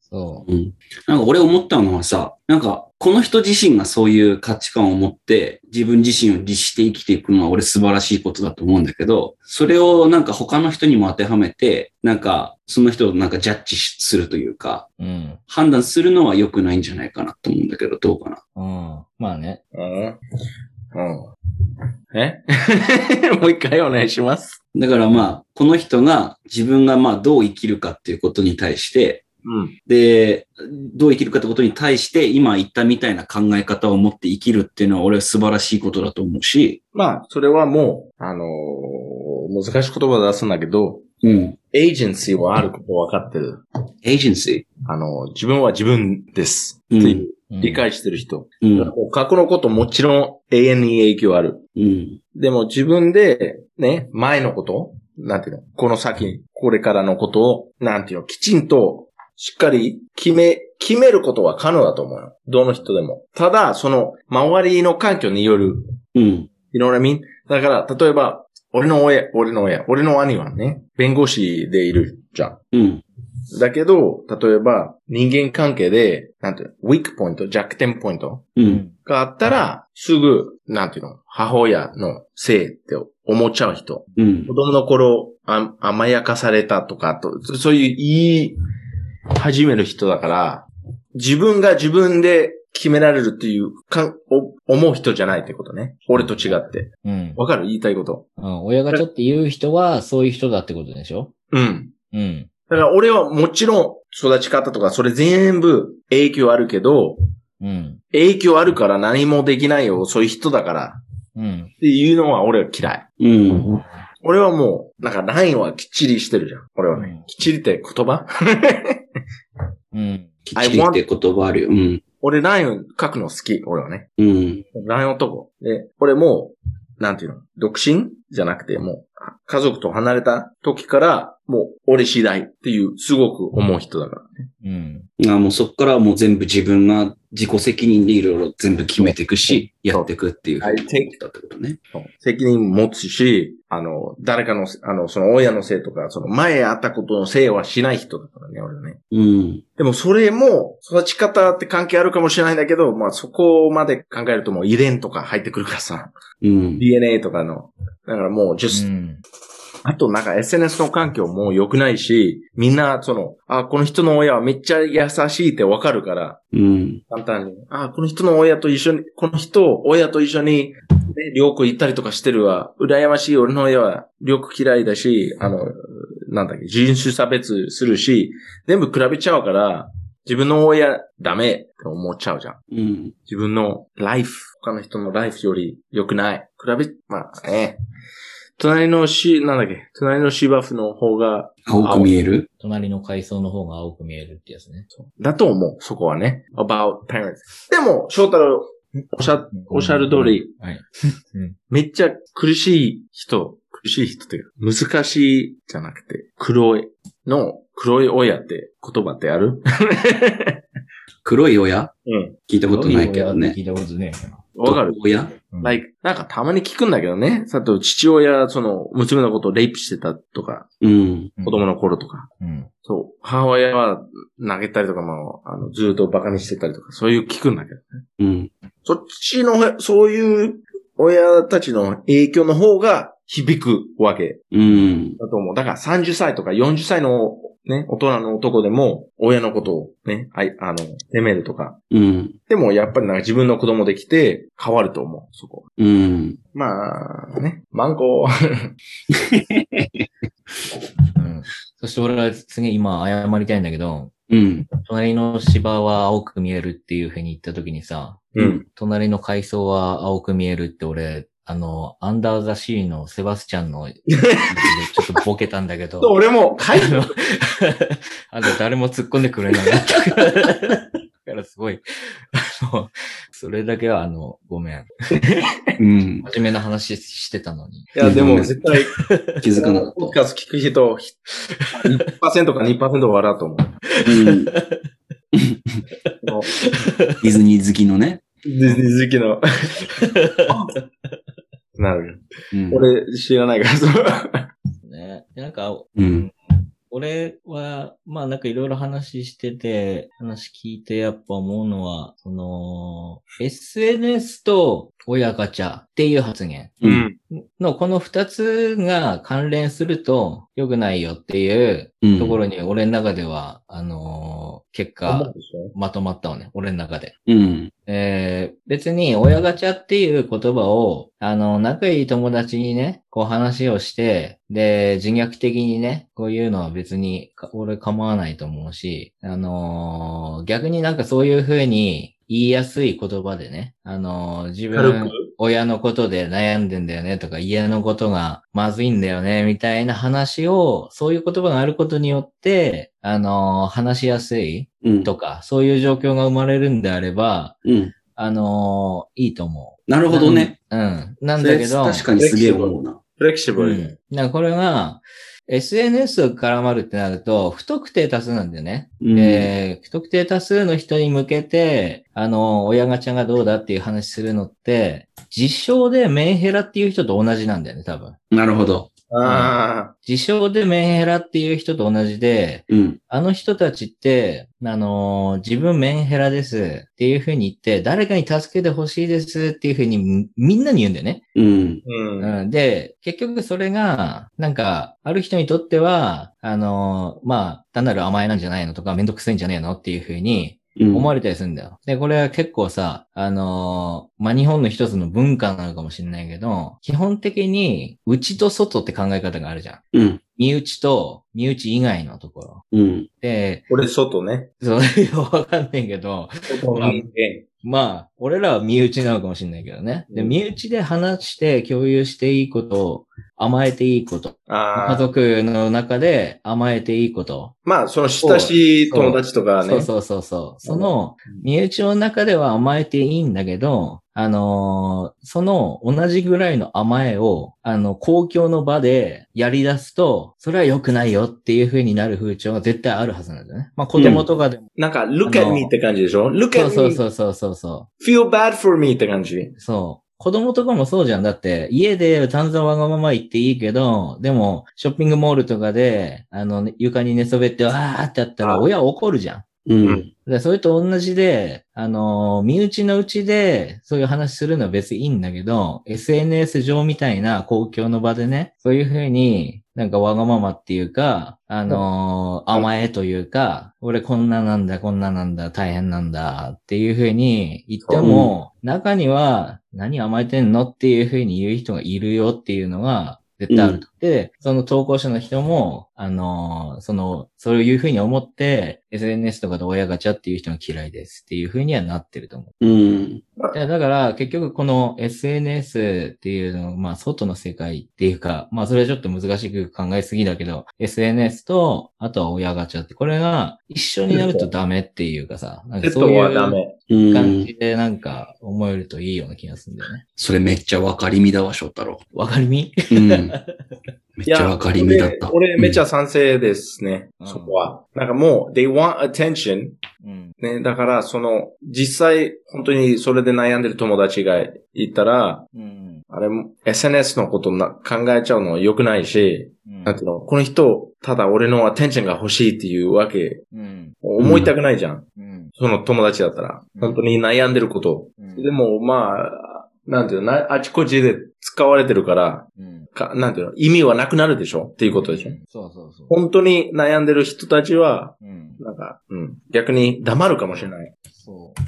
そ
うん。なんか俺思ったのはさ、なんか、この人自身がそういう価値観を持って、自分自身を律して生きていくのは俺素晴らしいことだと思うんだけど、それをなんか他の人にも当てはめて、なんか、その人をなんかジャッジするというか、
う。うん。
判断するのは良くないんじゃないかなと思うんだけど、どうかな。
うん。まあね。
う。うん。うん。え もう一回お願いします。
だからまあ、この人が自分がまあどう生きるかっていうことに対して、
うん。
で、どう生きるかってことに対して、今言ったみたいな考え方を持って生きるっていうのは俺は素晴らしいことだと思うし、
まあ、それはもう、あのー難しい言葉出すんだけど、
うん。
エージェンシーはあること分かってる。
エージェンシ
あの、自分は自分です。
うん
っていう
うん
理。解してる人。
ー。うん。
もう過去のこともちろん永遠に影響ある。
うん。
でも自分で、ね、前のこと、なんていうの、この先、これからのことを、なんていうの、きちんと、しっかり決め、決めることは可能だと思うよ。どの人でも。ただ、その、周りの環境による、
うん。
you know what I mean? だから、例えば、俺の親、俺の親、俺の兄はね、弁護士でいるじゃん。
うん。
だけど、例えば、人間関係で、なんていうの、ウィークポイント、弱点ポイント
う。
うんん。
があったら、すぐ、なんていうの、母親のせいって思っちゃう人。
うん
子。供の頃、あ甘やかされたとかと、そそういう言い始める人だから、自分が自分で決められるっていうかんお思う人じゃないってことね。俺と違って。
うん。
わかる言いたいこと。
うん親ガチャって言う人はそういう人だってことでしょ
うん。
うん。
だから俺はもちろん育ち方とかそれ全部影響あるけど、
うん。
影響あるから何もできないよ、そういう人だから。
うん。
っていうのは俺は嫌い。
うん。
俺はもう、なんかラインはきっちりしてるじゃん。俺はね。
うん
きっちりって言葉
うん。
きっちりって言葉あるよ。うん。
俺ライン書くの好き、俺はね。
うん。
ライン男。で、俺もう、なんていうの独身じゃなくて、もう、あ家族と離れた時から、もう、俺次第っていう、すごく思う人だから。
うん。
あもうそこからはもう全部自分が自己責任でいろいろ全部決めていくし、
そう
やっていくっていうふう
I
に
think
だってことね。
責任持つし、あの、誰かの、あの、その親のせいとか、その前あったことのせいはしない人だからね、俺はね。
うん。
でもそれも、育ち方って関係あるかもしれないんだけど、まあそこまで考えるともう遺伝とか入ってくるからさ、
うん。
DNA とかの。だからもう、just、あとなんか SNS の環境も良くないし、みんな、その、あ、この人の親はめっちゃ優しいってわかるから、
うん。
簡単に。あ、この人の親と一緒に、この人を親と一緒に、ね、旅行行ったりとかしてるわ。羨ましい、俺の親は旅行嫌いだし、あの、なんだっけ、人種差別するし、全部比べちゃうから、自分の親ダメって思っちゃうじゃん。
うん。
自分のライフ、他の人のライフより良くない。比べ、まあね。隣のし、なんだっけ、隣の芝生の方が、
青く見える
隣の階層の方が青く見えるってやつね。
だと思う、そこはね。about parents. でも、翔太郎、おっしゃ、おっしゃる通り、
はい。
めっちゃ苦しい人、苦しい人っていうか、難しいじゃなくて、黒いの、黒い親って言葉ってある
黒い親
うん。
聞いたことないけど
聞
ね。
いたことね。
わかる
毒親
うん。
like, なんかたまに聞くんだけどね。さと、父親、その、娘のことをレイプしてたとか、
うん。
子供の頃とか。
うん。
そう。母親は投げたりとかも、あの、ずっとバカにしてたりとか、そういう聞くんだけど。
うん。
そっちの、そういう親たちの影響の方が響くわけ。
うん。
だと思う。だから30歳とか40歳のね、大人の男でも、親のことをね、はい、あの、責めるとか。
うん。
でもやっぱりなんか自分の子供できて変わると思う、そこ。
うん。
まあ、ね、マンコ。
うん。そして俺は次今謝りたいんだけど、
うん。
隣の芝は青く見えるっていうふうに言った時にさ、
うん。
隣の階層は青く見えるって俺、あの、アンダーザシーのセバスチャ ンの、ちょっとボケたんだけど、
俺も、かい
あの、 あの、誰も突っ込んでくれなかったから。 だからすごい、あの、それだけはあの、ごめん。
うん。
真面目な話してたのに。
や、でも絶対、
気づかなかっ
ポッカス聞く人、1%か2%笑うと思う。
た。うん。ディズニー好きのね。
ディズニー好き の。なる
うん
ほど。。俺、知らないから、そう。
ね。でなんか、
うん。
俺は、まあなんかいろいろ話してて、話聞いてやっぱ思うのは、その、SNS と親ガチャっていう発言。
うん。。
の、この二つが関連すると良くないよっていう
うん。
ところに、俺の中では、あのー結
思
果
う、でしょ
まとまったのね、俺の中で。
うん。
えー、別に、親ガチャっていう言葉を、あの、仲いい友達にね、こう話をして、で、自虐的にね、こういうのは別に、か俺構わないと思うし、あのー逆になんかそういう風に言いやすい言葉でね、あのー自
軽
分
く、
親のことで悩んでんだよねとか、家のことがまずいんだよね、みたいな話を、そういう言葉があることによって、あのー話しやすい
うん。
とか、そういう状況が生まれるんであれば、
うん。
あのーいいと思う。
なるほどね。
うん。なんだけど、
確かにすげえ思うな。
フレキシブ
う
ル
ん
に。。
だからこれが、SNS が絡まるってなると、不特定多数なんだよね。
うん。
えー不特定多数の人に向けて、あの、親ガチャがどうだっていう話するのって、実証でメンヘラっていう人と同じなんだよね、多分。
なるほど。
ああ、
実証でメンヘラっていう人と同じで、
うん。
あの人たちって、あのー自分メンヘラですっていうふうに言って、誰かに助けてほしいですっていうふうにみみんなに言うんだよね。
うん。
うん。
うん、で、結局それが、なんか、ある人にとっては、あのーまあ、単なる甘えなんじゃないのとか、めんどくせえんじゃねえのっていうふうに
うん。
思われたりするんだよ。で、これは結構さ、あのーまあ、日本の一つの文化なのかもしれないけど、基本的に、内と外って考え方があるじゃん。
うん。
身内と、身内以外のところ。
うん。
で、
俺、外ね。
そう、わかんないけど、
外
の
人
人まあ、俺らは身内なのかもしれないけどね。で、
うん
身内で話して共有していいこと、甘えていいこと、
間。あ
家
あ。
族の中で甘えていいこと。
まあ、その親しい友達とかね。
そうそうそうそう。その、身内の中では甘えていいんだけど、あのーその同じぐらいの甘えを、あの、公共の場でやり出すと、それは良くないよっていう風になる風潮は絶対あるはずなんだよね。まあ、子供とかでも。
なんか、look at
あの
me って感じでしょ ?look
そう
at
そう
me,
そうそうそうそ
feel bad for me って感じ。
う。そう。子供とかもそうじゃん。だって、家で散々わがまま言っていいけど、でも、ショッピングモールとかで、あの、床に寝そべって、わーってやったら、
あ
親怒るじゃん。
うん。
でそれと同じで、あのー身内のうちで、そういう話するのは別にいいんだけど、SNS 上みたいな公共の場でね、そういうふうに、なんかわがままっていうか、あのー甘えというか、俺こんななんだ、こんななんだ、大変なんだ、っていうふうに言っても、中には、何甘えてんのっていうふうに言う人がいるよっていうのが、絶対あると。で、その投稿者の人も、あのーその、そういうふうに思って、SNS とかで親ガチャっていう人が嫌いですっていうふうにはなってると思う。
うん。
いや、だから、結局この SNS っていうのは、まあ、外の世界っていうか、まあ、それはちょっと難しく考えすぎだけど、SNS と、あとは親ガチャって、これが一緒になるとダメっていうかさ、なん
ペ
か
ッ
そう
ト
い
はダメ
う。
う
感
ん。
じでなんか思えるといいような気がするんだよね。
それめっちゃわかりみだわ、翔太郎。
わかりみ
うん。めっちゃわかりみだった。
俺、俺めっち
ゃ。
ゃ賛成ですね。
うん
そこは。なんかもう、they want attention.
うん。
ね、だから、その、実際、本当にそれで悩んでる友達がいたら、
うん。
あれも、SNS のことな考えちゃうのは良くないし、
うん
なんていうの、この人、ただ俺のアテンションが欲しいっていうわけ、
うん。
思いたくないじゃん。
うん。
その友達だったら。
うん
本当に悩んでること。
うん
でも、まあ、なんていうの、なあちこちで使われてるから、
うん。
かなんていうの、意味はなくなるでしょっていうことでしょ。
うんそうそうそう。
本当に悩んでる人たちは、
うん。
なんか、うん、逆に黙るかもしれない。
そう。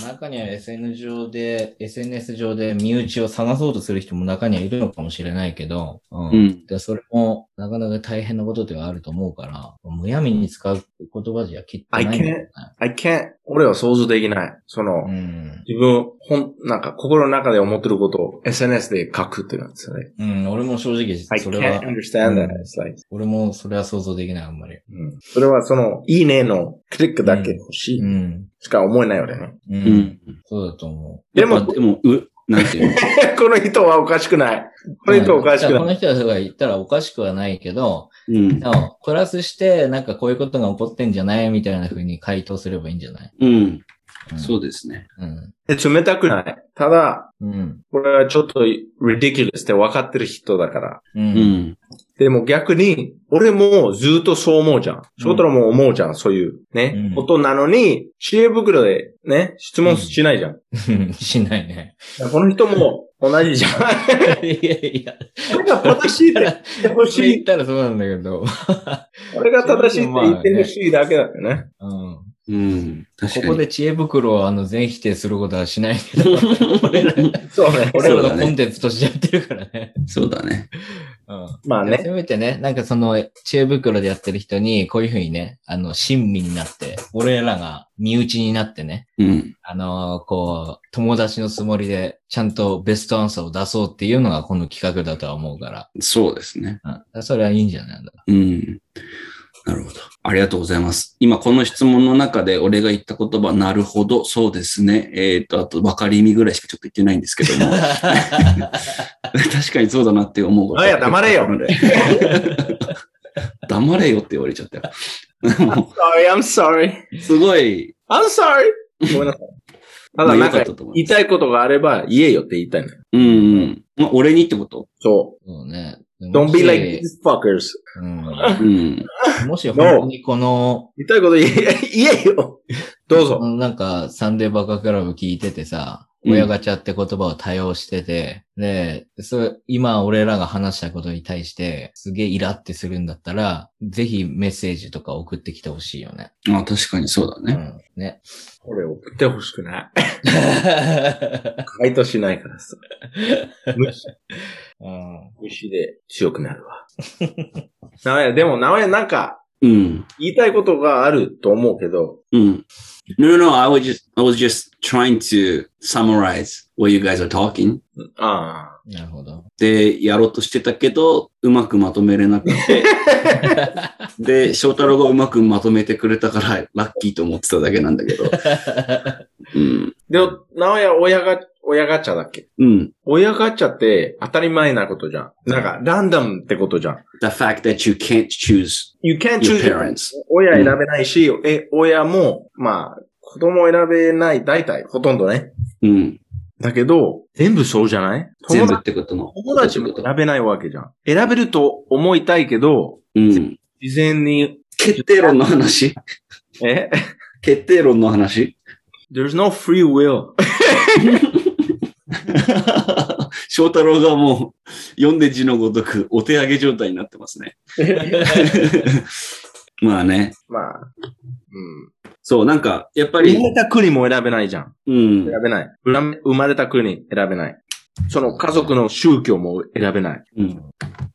まあ、中には SN 上で、SNS 上で身内を探そうとする人も中にはいるのかもしれないけど、うん。
うん。
でそれも、なかなか大変なことではあると思うから、むやみに使う言葉じゃきっとないんだよね。
I can't. 俺は想像できない。その、
うん。
自分、ほん、なんか、心の中で思ってることを SNS で書くってなんですよね。
うん、俺も正直、
I
それ
can't
は、
understand that.
うん
It's like,
俺もそれは想像できない、あんまり。
うんそれはその、いいねのクリックだけ欲しい。
うん。
しか思えないよね。
う。
うんん。
そうだと思う。
で
でも
も、でも、う、なんていうの
この人はおかしくない。この人はおかしく
うん
な
こ
い。
の人が言ったらおかしくはないけど、
うん
で。もプラスして、なんかこういうことが起こってんじゃないみたいな風に回答すればいいんじゃない
うん。
うん
そうですね。
うん。
え冷たくない。ただ、
うん。
これはちょっと ridiculous って分かってる人だから。
う。
うんん。
でも逆に、俺もずっとそう思うじゃん。翔太郎も思うじゃん、そういうね、
うん
ことなのに、知恵袋でね、質問しないじゃん。
しないね。
この人も同じじゃん。
いやいや、
俺が正しいって言ってほ
そ
し
れ言っ
い。
たらそうなんだけど。
俺が正しいって言ってほしいだけだよね。
うん。
うん。確
こ
か
こ
に。
で知恵袋をあの全否定することはしないけど、俺ら
そうね。俺
俺ら
そう
の
だね
コンテンツとしてやってるからね。
そうだね。
うん。
まあ
ね、
ね。
せめてね、なんかその知恵袋でやってる人に、こういうふうにね、あの、親身になって、俺らが身内になってね、
うん。
あのーこう、友達のつもりで、ちゃんとベストアンサーを出そうっていうのがこの企画だとは思うから。
そうですね。
うん。だからそれはいいんじゃな いの
うん。なるほど。ありがとうございます。今この質問の中で俺が言った言葉、なるほど、そうですね。えっ、と、あと、分かりみぐらいしかちょっと言ってないんですけど も。確かにそうだなって思うこと
あいや黙れよ。
黙れよって言われちゃっ たよ。も
Sorry, I'm sorry.
うすごい、
I'm sorry! ごめんなさい。ただ
ま
な
あ
ん
良か
か
っ、たと思
言
い
い
ます。
たいことがあれば言えよって言いたいのよ。
うんうん。まあ、俺にってこと
そ
そうね。
う。Don't be like
もし
these fuckers.
うん
うん。
もし本当にこの、
言いたいこと言え言えよ。 どうぞ。
なんか、サンデーバカクラブ聞いててさ、
うん
親ガチャって言葉を多用してて、で、それ、今俺らが話したことに対して、すげえイラってするんだったら、ぜひメッセージとか送ってきてほしいよね。
まあ、確かにそうだ
う
ね。
ん。 ね。
これ送ってほしくない。回答しないから さ。無視、
うん。
無視で強くなるわ。なや、でも、なや、なんか、
うん。
言いたいことがあると思うけど、
Mm. No, no, I was just, I was just trying to summarize what you guys are talking.
ああ。
なるほど。
で、やろうとしてたけど、うまくまとめれなく て。で、翔太郎がうまくまとめてくれたから、ラッキーと思ってただけなんだけど。うん。
でも、なや、親が、親ガチャだっけ
うん。
親ガチャって当たり前なことじゃん。なんか、ランダムってことじゃん。
The fact that you can't choose
You can't
your
choose your
parents.
親選べないし、え、親も、まあ、子供選べない、大体、ほとんどね。
うん。
だけど、全部そうじゃない
全
友
部
達
ってことの。
友達
って
も
こと
選べないわけじゃん。選べると思いたいけど、
うん。
事前に、
決定論の話
え
決定論の話
?There's no free will.
翔太郎がもう読んで字のごとくお手上げ状態になってますね。 まあね。
まあ、うん。
そう、なんか、やっぱ
生
り
ま、れた国も選べないじゃん。
うん
選。べない。うら生まれた国選べない。その家族の宗教も選べない。
うん。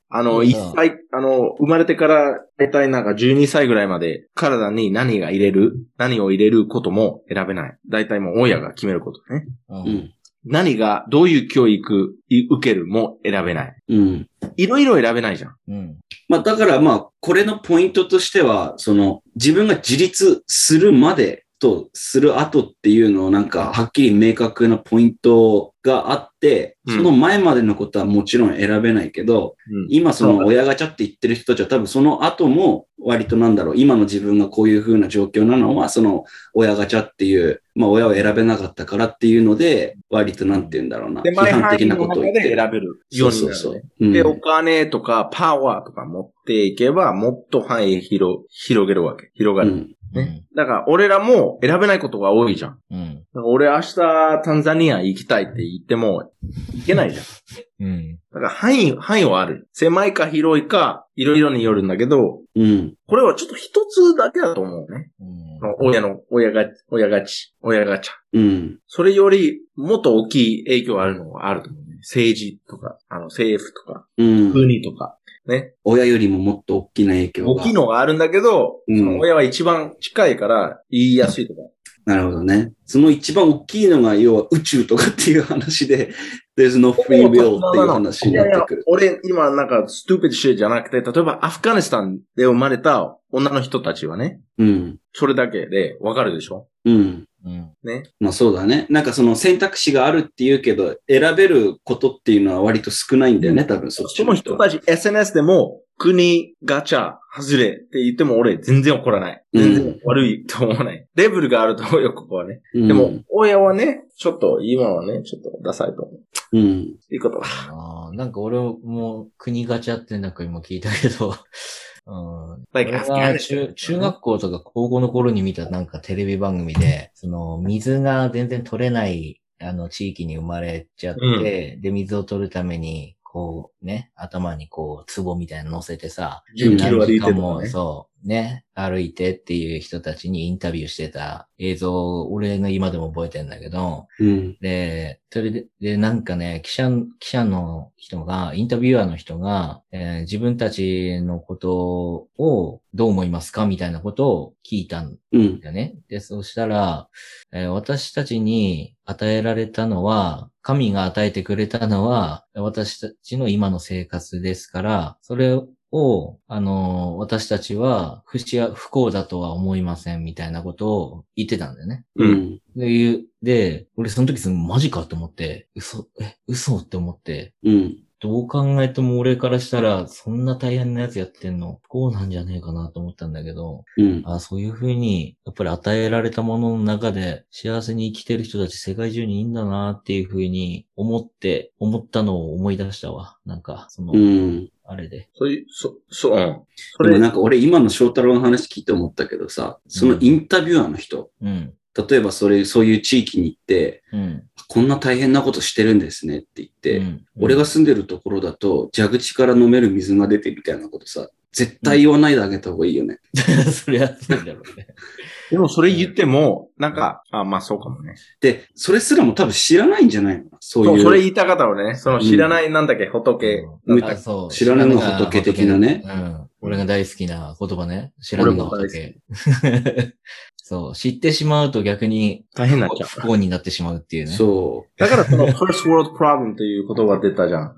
あ
そ
の、
う
一
そう
歳、あの、生まれてから、大体なんか12歳ぐらいまで、体に何が入れる、何を入れることも選べない。大体もう親が決めることね。
う
うんん。
何が、どういう教育い受けるも選べない。
うん。
いろいろ選べないじゃん。
うん。
まあだからまあこれのポイントとしてはその自分が自立するまでとする後っていうのをなんかはっきり明確なポイントがあって
うん
その前までのことはもちろん選べないけど今その親ガチャって言ってる人たちは多分その後も割となんだろう今の自分がこういう風な状況なのはその親ガチャっていうまあ親を選べなかったからっていうので割となんて言うんだろうな批判的なことを言って
で
る。
選べる
そ
よう
う
になる、
そ
ね。
うそう。うん
で、お金とかパワーとか持っていけば、もっと範囲広、広げるわけ。広が
う
る。
ん
うん。
だから、俺らも選べないことが多いじゃん。
うん。
だから俺明日タンザニア行きたいって言っても、行けないじゃん。
うん。
だから範囲、範囲はある。狭いか広いか、いろいろによるんだけど、
うん
これはちょっと一つだけだと思うね。
うん
この親の、親が、親がち、親ガチャ。
うん
それより、もっと大きい影響あるのがあると思うね。政治とか、あの、政府とか、
うん
国とか、ね。
親よりももっと大きな影響
大
が。
きいのがあるんだけど、
うん
その親は一番近いから、言いやすいとか。
なるほどね。その一番大きいのが、要は宇宙とかっていう話で、there's no free will っていう話になってくる。
いやいや俺、今なんか、ストゥーペッドシェじゃなくて、例えばアフガニスタンで生まれた女の人たちはね、
うん。
それだけでわかるでしょ
うん。
うん。
ね。
まあそうだね。なんかその選択肢があるっていうけど、選べることっていうのは割と少ないんだよね、多分そっ
そ
ち
の
の
人
人は。
たち SNS でも、国、ガチャ、外れって言っても俺全然怒らない。
うん
全然悪いと思わない。レベルがあると思うよ、ここはね。
で
でも、、親はね、ちょっと、今はね、ちょっとダサいと思う。
うん。
いいことだ。
あーなんか俺も国ガチャってなんか今聞いたけど、うん、
Like
俺が
Afghanistan
中中学校とか高校の頃に見たなんかテレビ番組で、その水が全然取れないあの地域に生まれちゃって、で、水を取るために、こうね、頭にこう、壺みたいなの乗せてさ、
10キ
何
ロ歩
時
いて
間
ると
も
かね。
そう、ね、歩いてっていう人たちにインタビューしてた映像を俺が今でも覚えてんだけど、
うん。
で、それで、で、なんかね、記者、記者の人が、インタビュアーの人が、えー自分たちのことをどう思いますかみたいなことを聞いたん
うん。
だよね。で、そうしたら、えー私たちに与えられたのは、神が与えてくれたのは、私たちの今の生活ですから、それを、あのー私たちは不幸不幸だとは思いません、みたいなことを言ってたんだよね。
う。
うん
で、言うで、俺その時すぐマジかと思って、嘘、え、嘘って思って、
うん。
どう考えても俺からしたら、そんな大変なやつやってんの、こうなんじゃねえかなと思ったんだけど、
うん。
あそういうふうに、やっぱり与えられたものの中で、幸せに生きてる人たち世界中にいいんだなっていうふうに思って、思ったのを思い出したわ。なんか、その、
うん。
あれで。
そういう、そ、そう、うん。そ
でも
れ、
なんか俺今の翔太郎の話聞いて思ったけどさ、そのインタビュアーの人、
うん。
例えばそれ、そういう地域に行って、
うん。
こんな大変なことしてるんですねって言って、
うん
俺が、住んでるところだと蛇口から飲める水が出てみたいなことさ、絶対言わないであげた方がいいよね。
それやってんだろ うね。
でもそれ言っても、なんか、あ、まあそうかもね。
で、それすらも多分知らないんじゃないのそう
そう、
いう。
それ言いたかった俺ね。その知らない、なんだっけ、仏。
うん
あそう
知らぬが仏的なね
知らぬが仏うん。俺が大好きな言葉ね。知らぬが仏。 そう。知ってしまうと逆に
大変になっちゃう。
不幸になってしまうっていうね。
そ
だからその first world problem っていう言葉出たじゃん。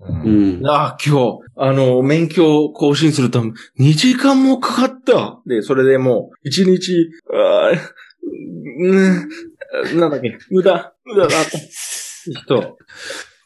う。
う。うんん。
ああ、今日、あの、免許を更新するため、2時間もかかったで、それでもう、1日、ああ、うん、なんだっけ、無駄、無駄だった。 そう。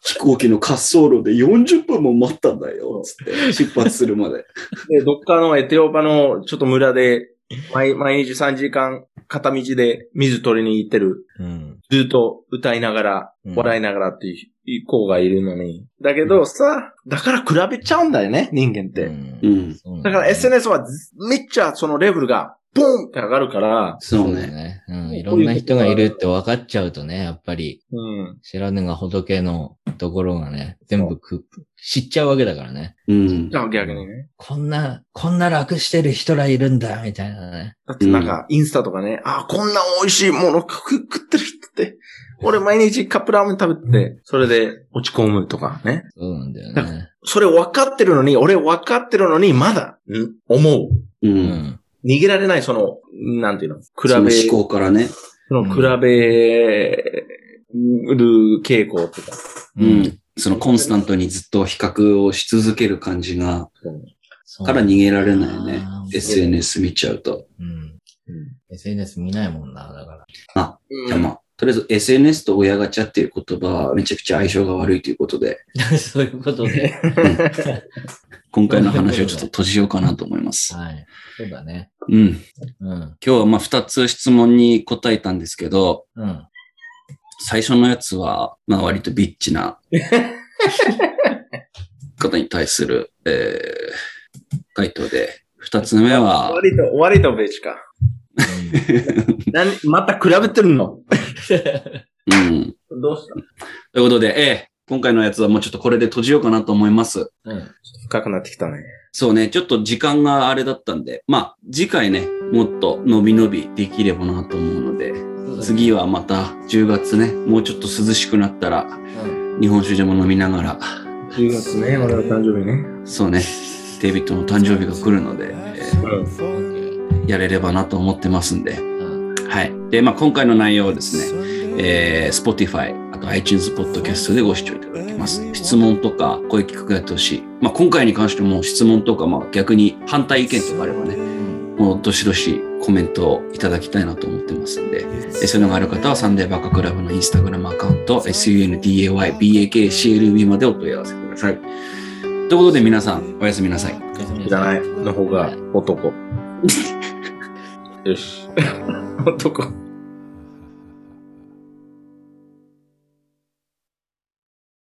飛行機の滑走路で40分も待ったんだよ、つって。出発するまで。
で、どっかのエテオパのちょっと村で、毎毎日3時間片道で水取りに行ってる。
うん。
ずっと歌いながら、
うん
笑いながらっていう子がいるのに。だけどさ、だから比べちゃうんだよね、人間って。
うん
うん。
そうなん
だから
ね
SNS はめっちゃそのレベルがボンって上がるから、
そう
そうだ
ね。
ね。うん。いろんな人がいるって分かっちゃうとね、やっぱり、
うん。
知らぬが仏のところがね、全部く、知っちゃうわけだからね。
うん。
じゃあ逆にね。
こんな、こんな楽してる人らいるんだ、みたいなね。
だってなんか、インスタとかね、あ、こんな美味しいもの食食ってる人って、俺毎日カップラーメン食べて、それで落ち込むとかね。
そうなんだよね。
それ分かってるのに、俺分かってるのに、まだ、ん思う。
う。
うんん。
逃げられない、その、なんていうの、比
その
べ、
思考からね。
その
う
比べる傾向とか。
うん。。そのコンスタントにずっと比較をし続ける感じが、
そう
から逃げられないね
あ。ー
SNS 見ちゃうと。
うん。SNS 見ないもんな、だから。
あ、
うん
じゃあまあ、とりあえず SNS と親ガチャっていう言葉はめちゃくちゃ相性が悪いということで、
そういうこと で。
今回の話をちょっと閉じようかなと思います。
はい。そうだね。
うん。
うん。
今日はまあ2つ質問に答えたんですけど、
うん。
最初のやつは、まあ割とビッチな方に対する、えー、回答で、2つ目は、
割と、割とベチか。何、また比べてるの
うん。
どうした
ということで、えー今回のやつはもうちょっとこれで閉じようかなと思います。
うん。
深くなってきたね。
そうね、ちょっと時間があれだったんで、まあ次回ね、もっと伸び伸びできればなと思うので、
そうだね。
次はまた10月ね、もうちょっと涼しくなったら、
うん。
日本酒でも飲みながら、
10月ね、俺の誕生日ね。
そうね、デイビッドの誕生日が来るので、えー
う
オ
ん
ッ
やれればなと思ってますんで。
ケー
はい。で、まあ、今回の内容をですね、
ね
えー、Spotify、あと iTunes Podcast でご視聴いただけます。質問とか、こういう企画やってほしい。まあ、今回に関しても質問とか、まあ、逆に反対意見とかあればね、もうどしどしコメントをいただきたいなと思ってますんで、えーそういうのがある方はサンデーバカクラブのインスタグラムアカウント、sundaybakclb までお問い合わせください。ということで皆さん、おやすみなさい。
おやすみ
いら
な
な
さ
い。の方が男。よし。男。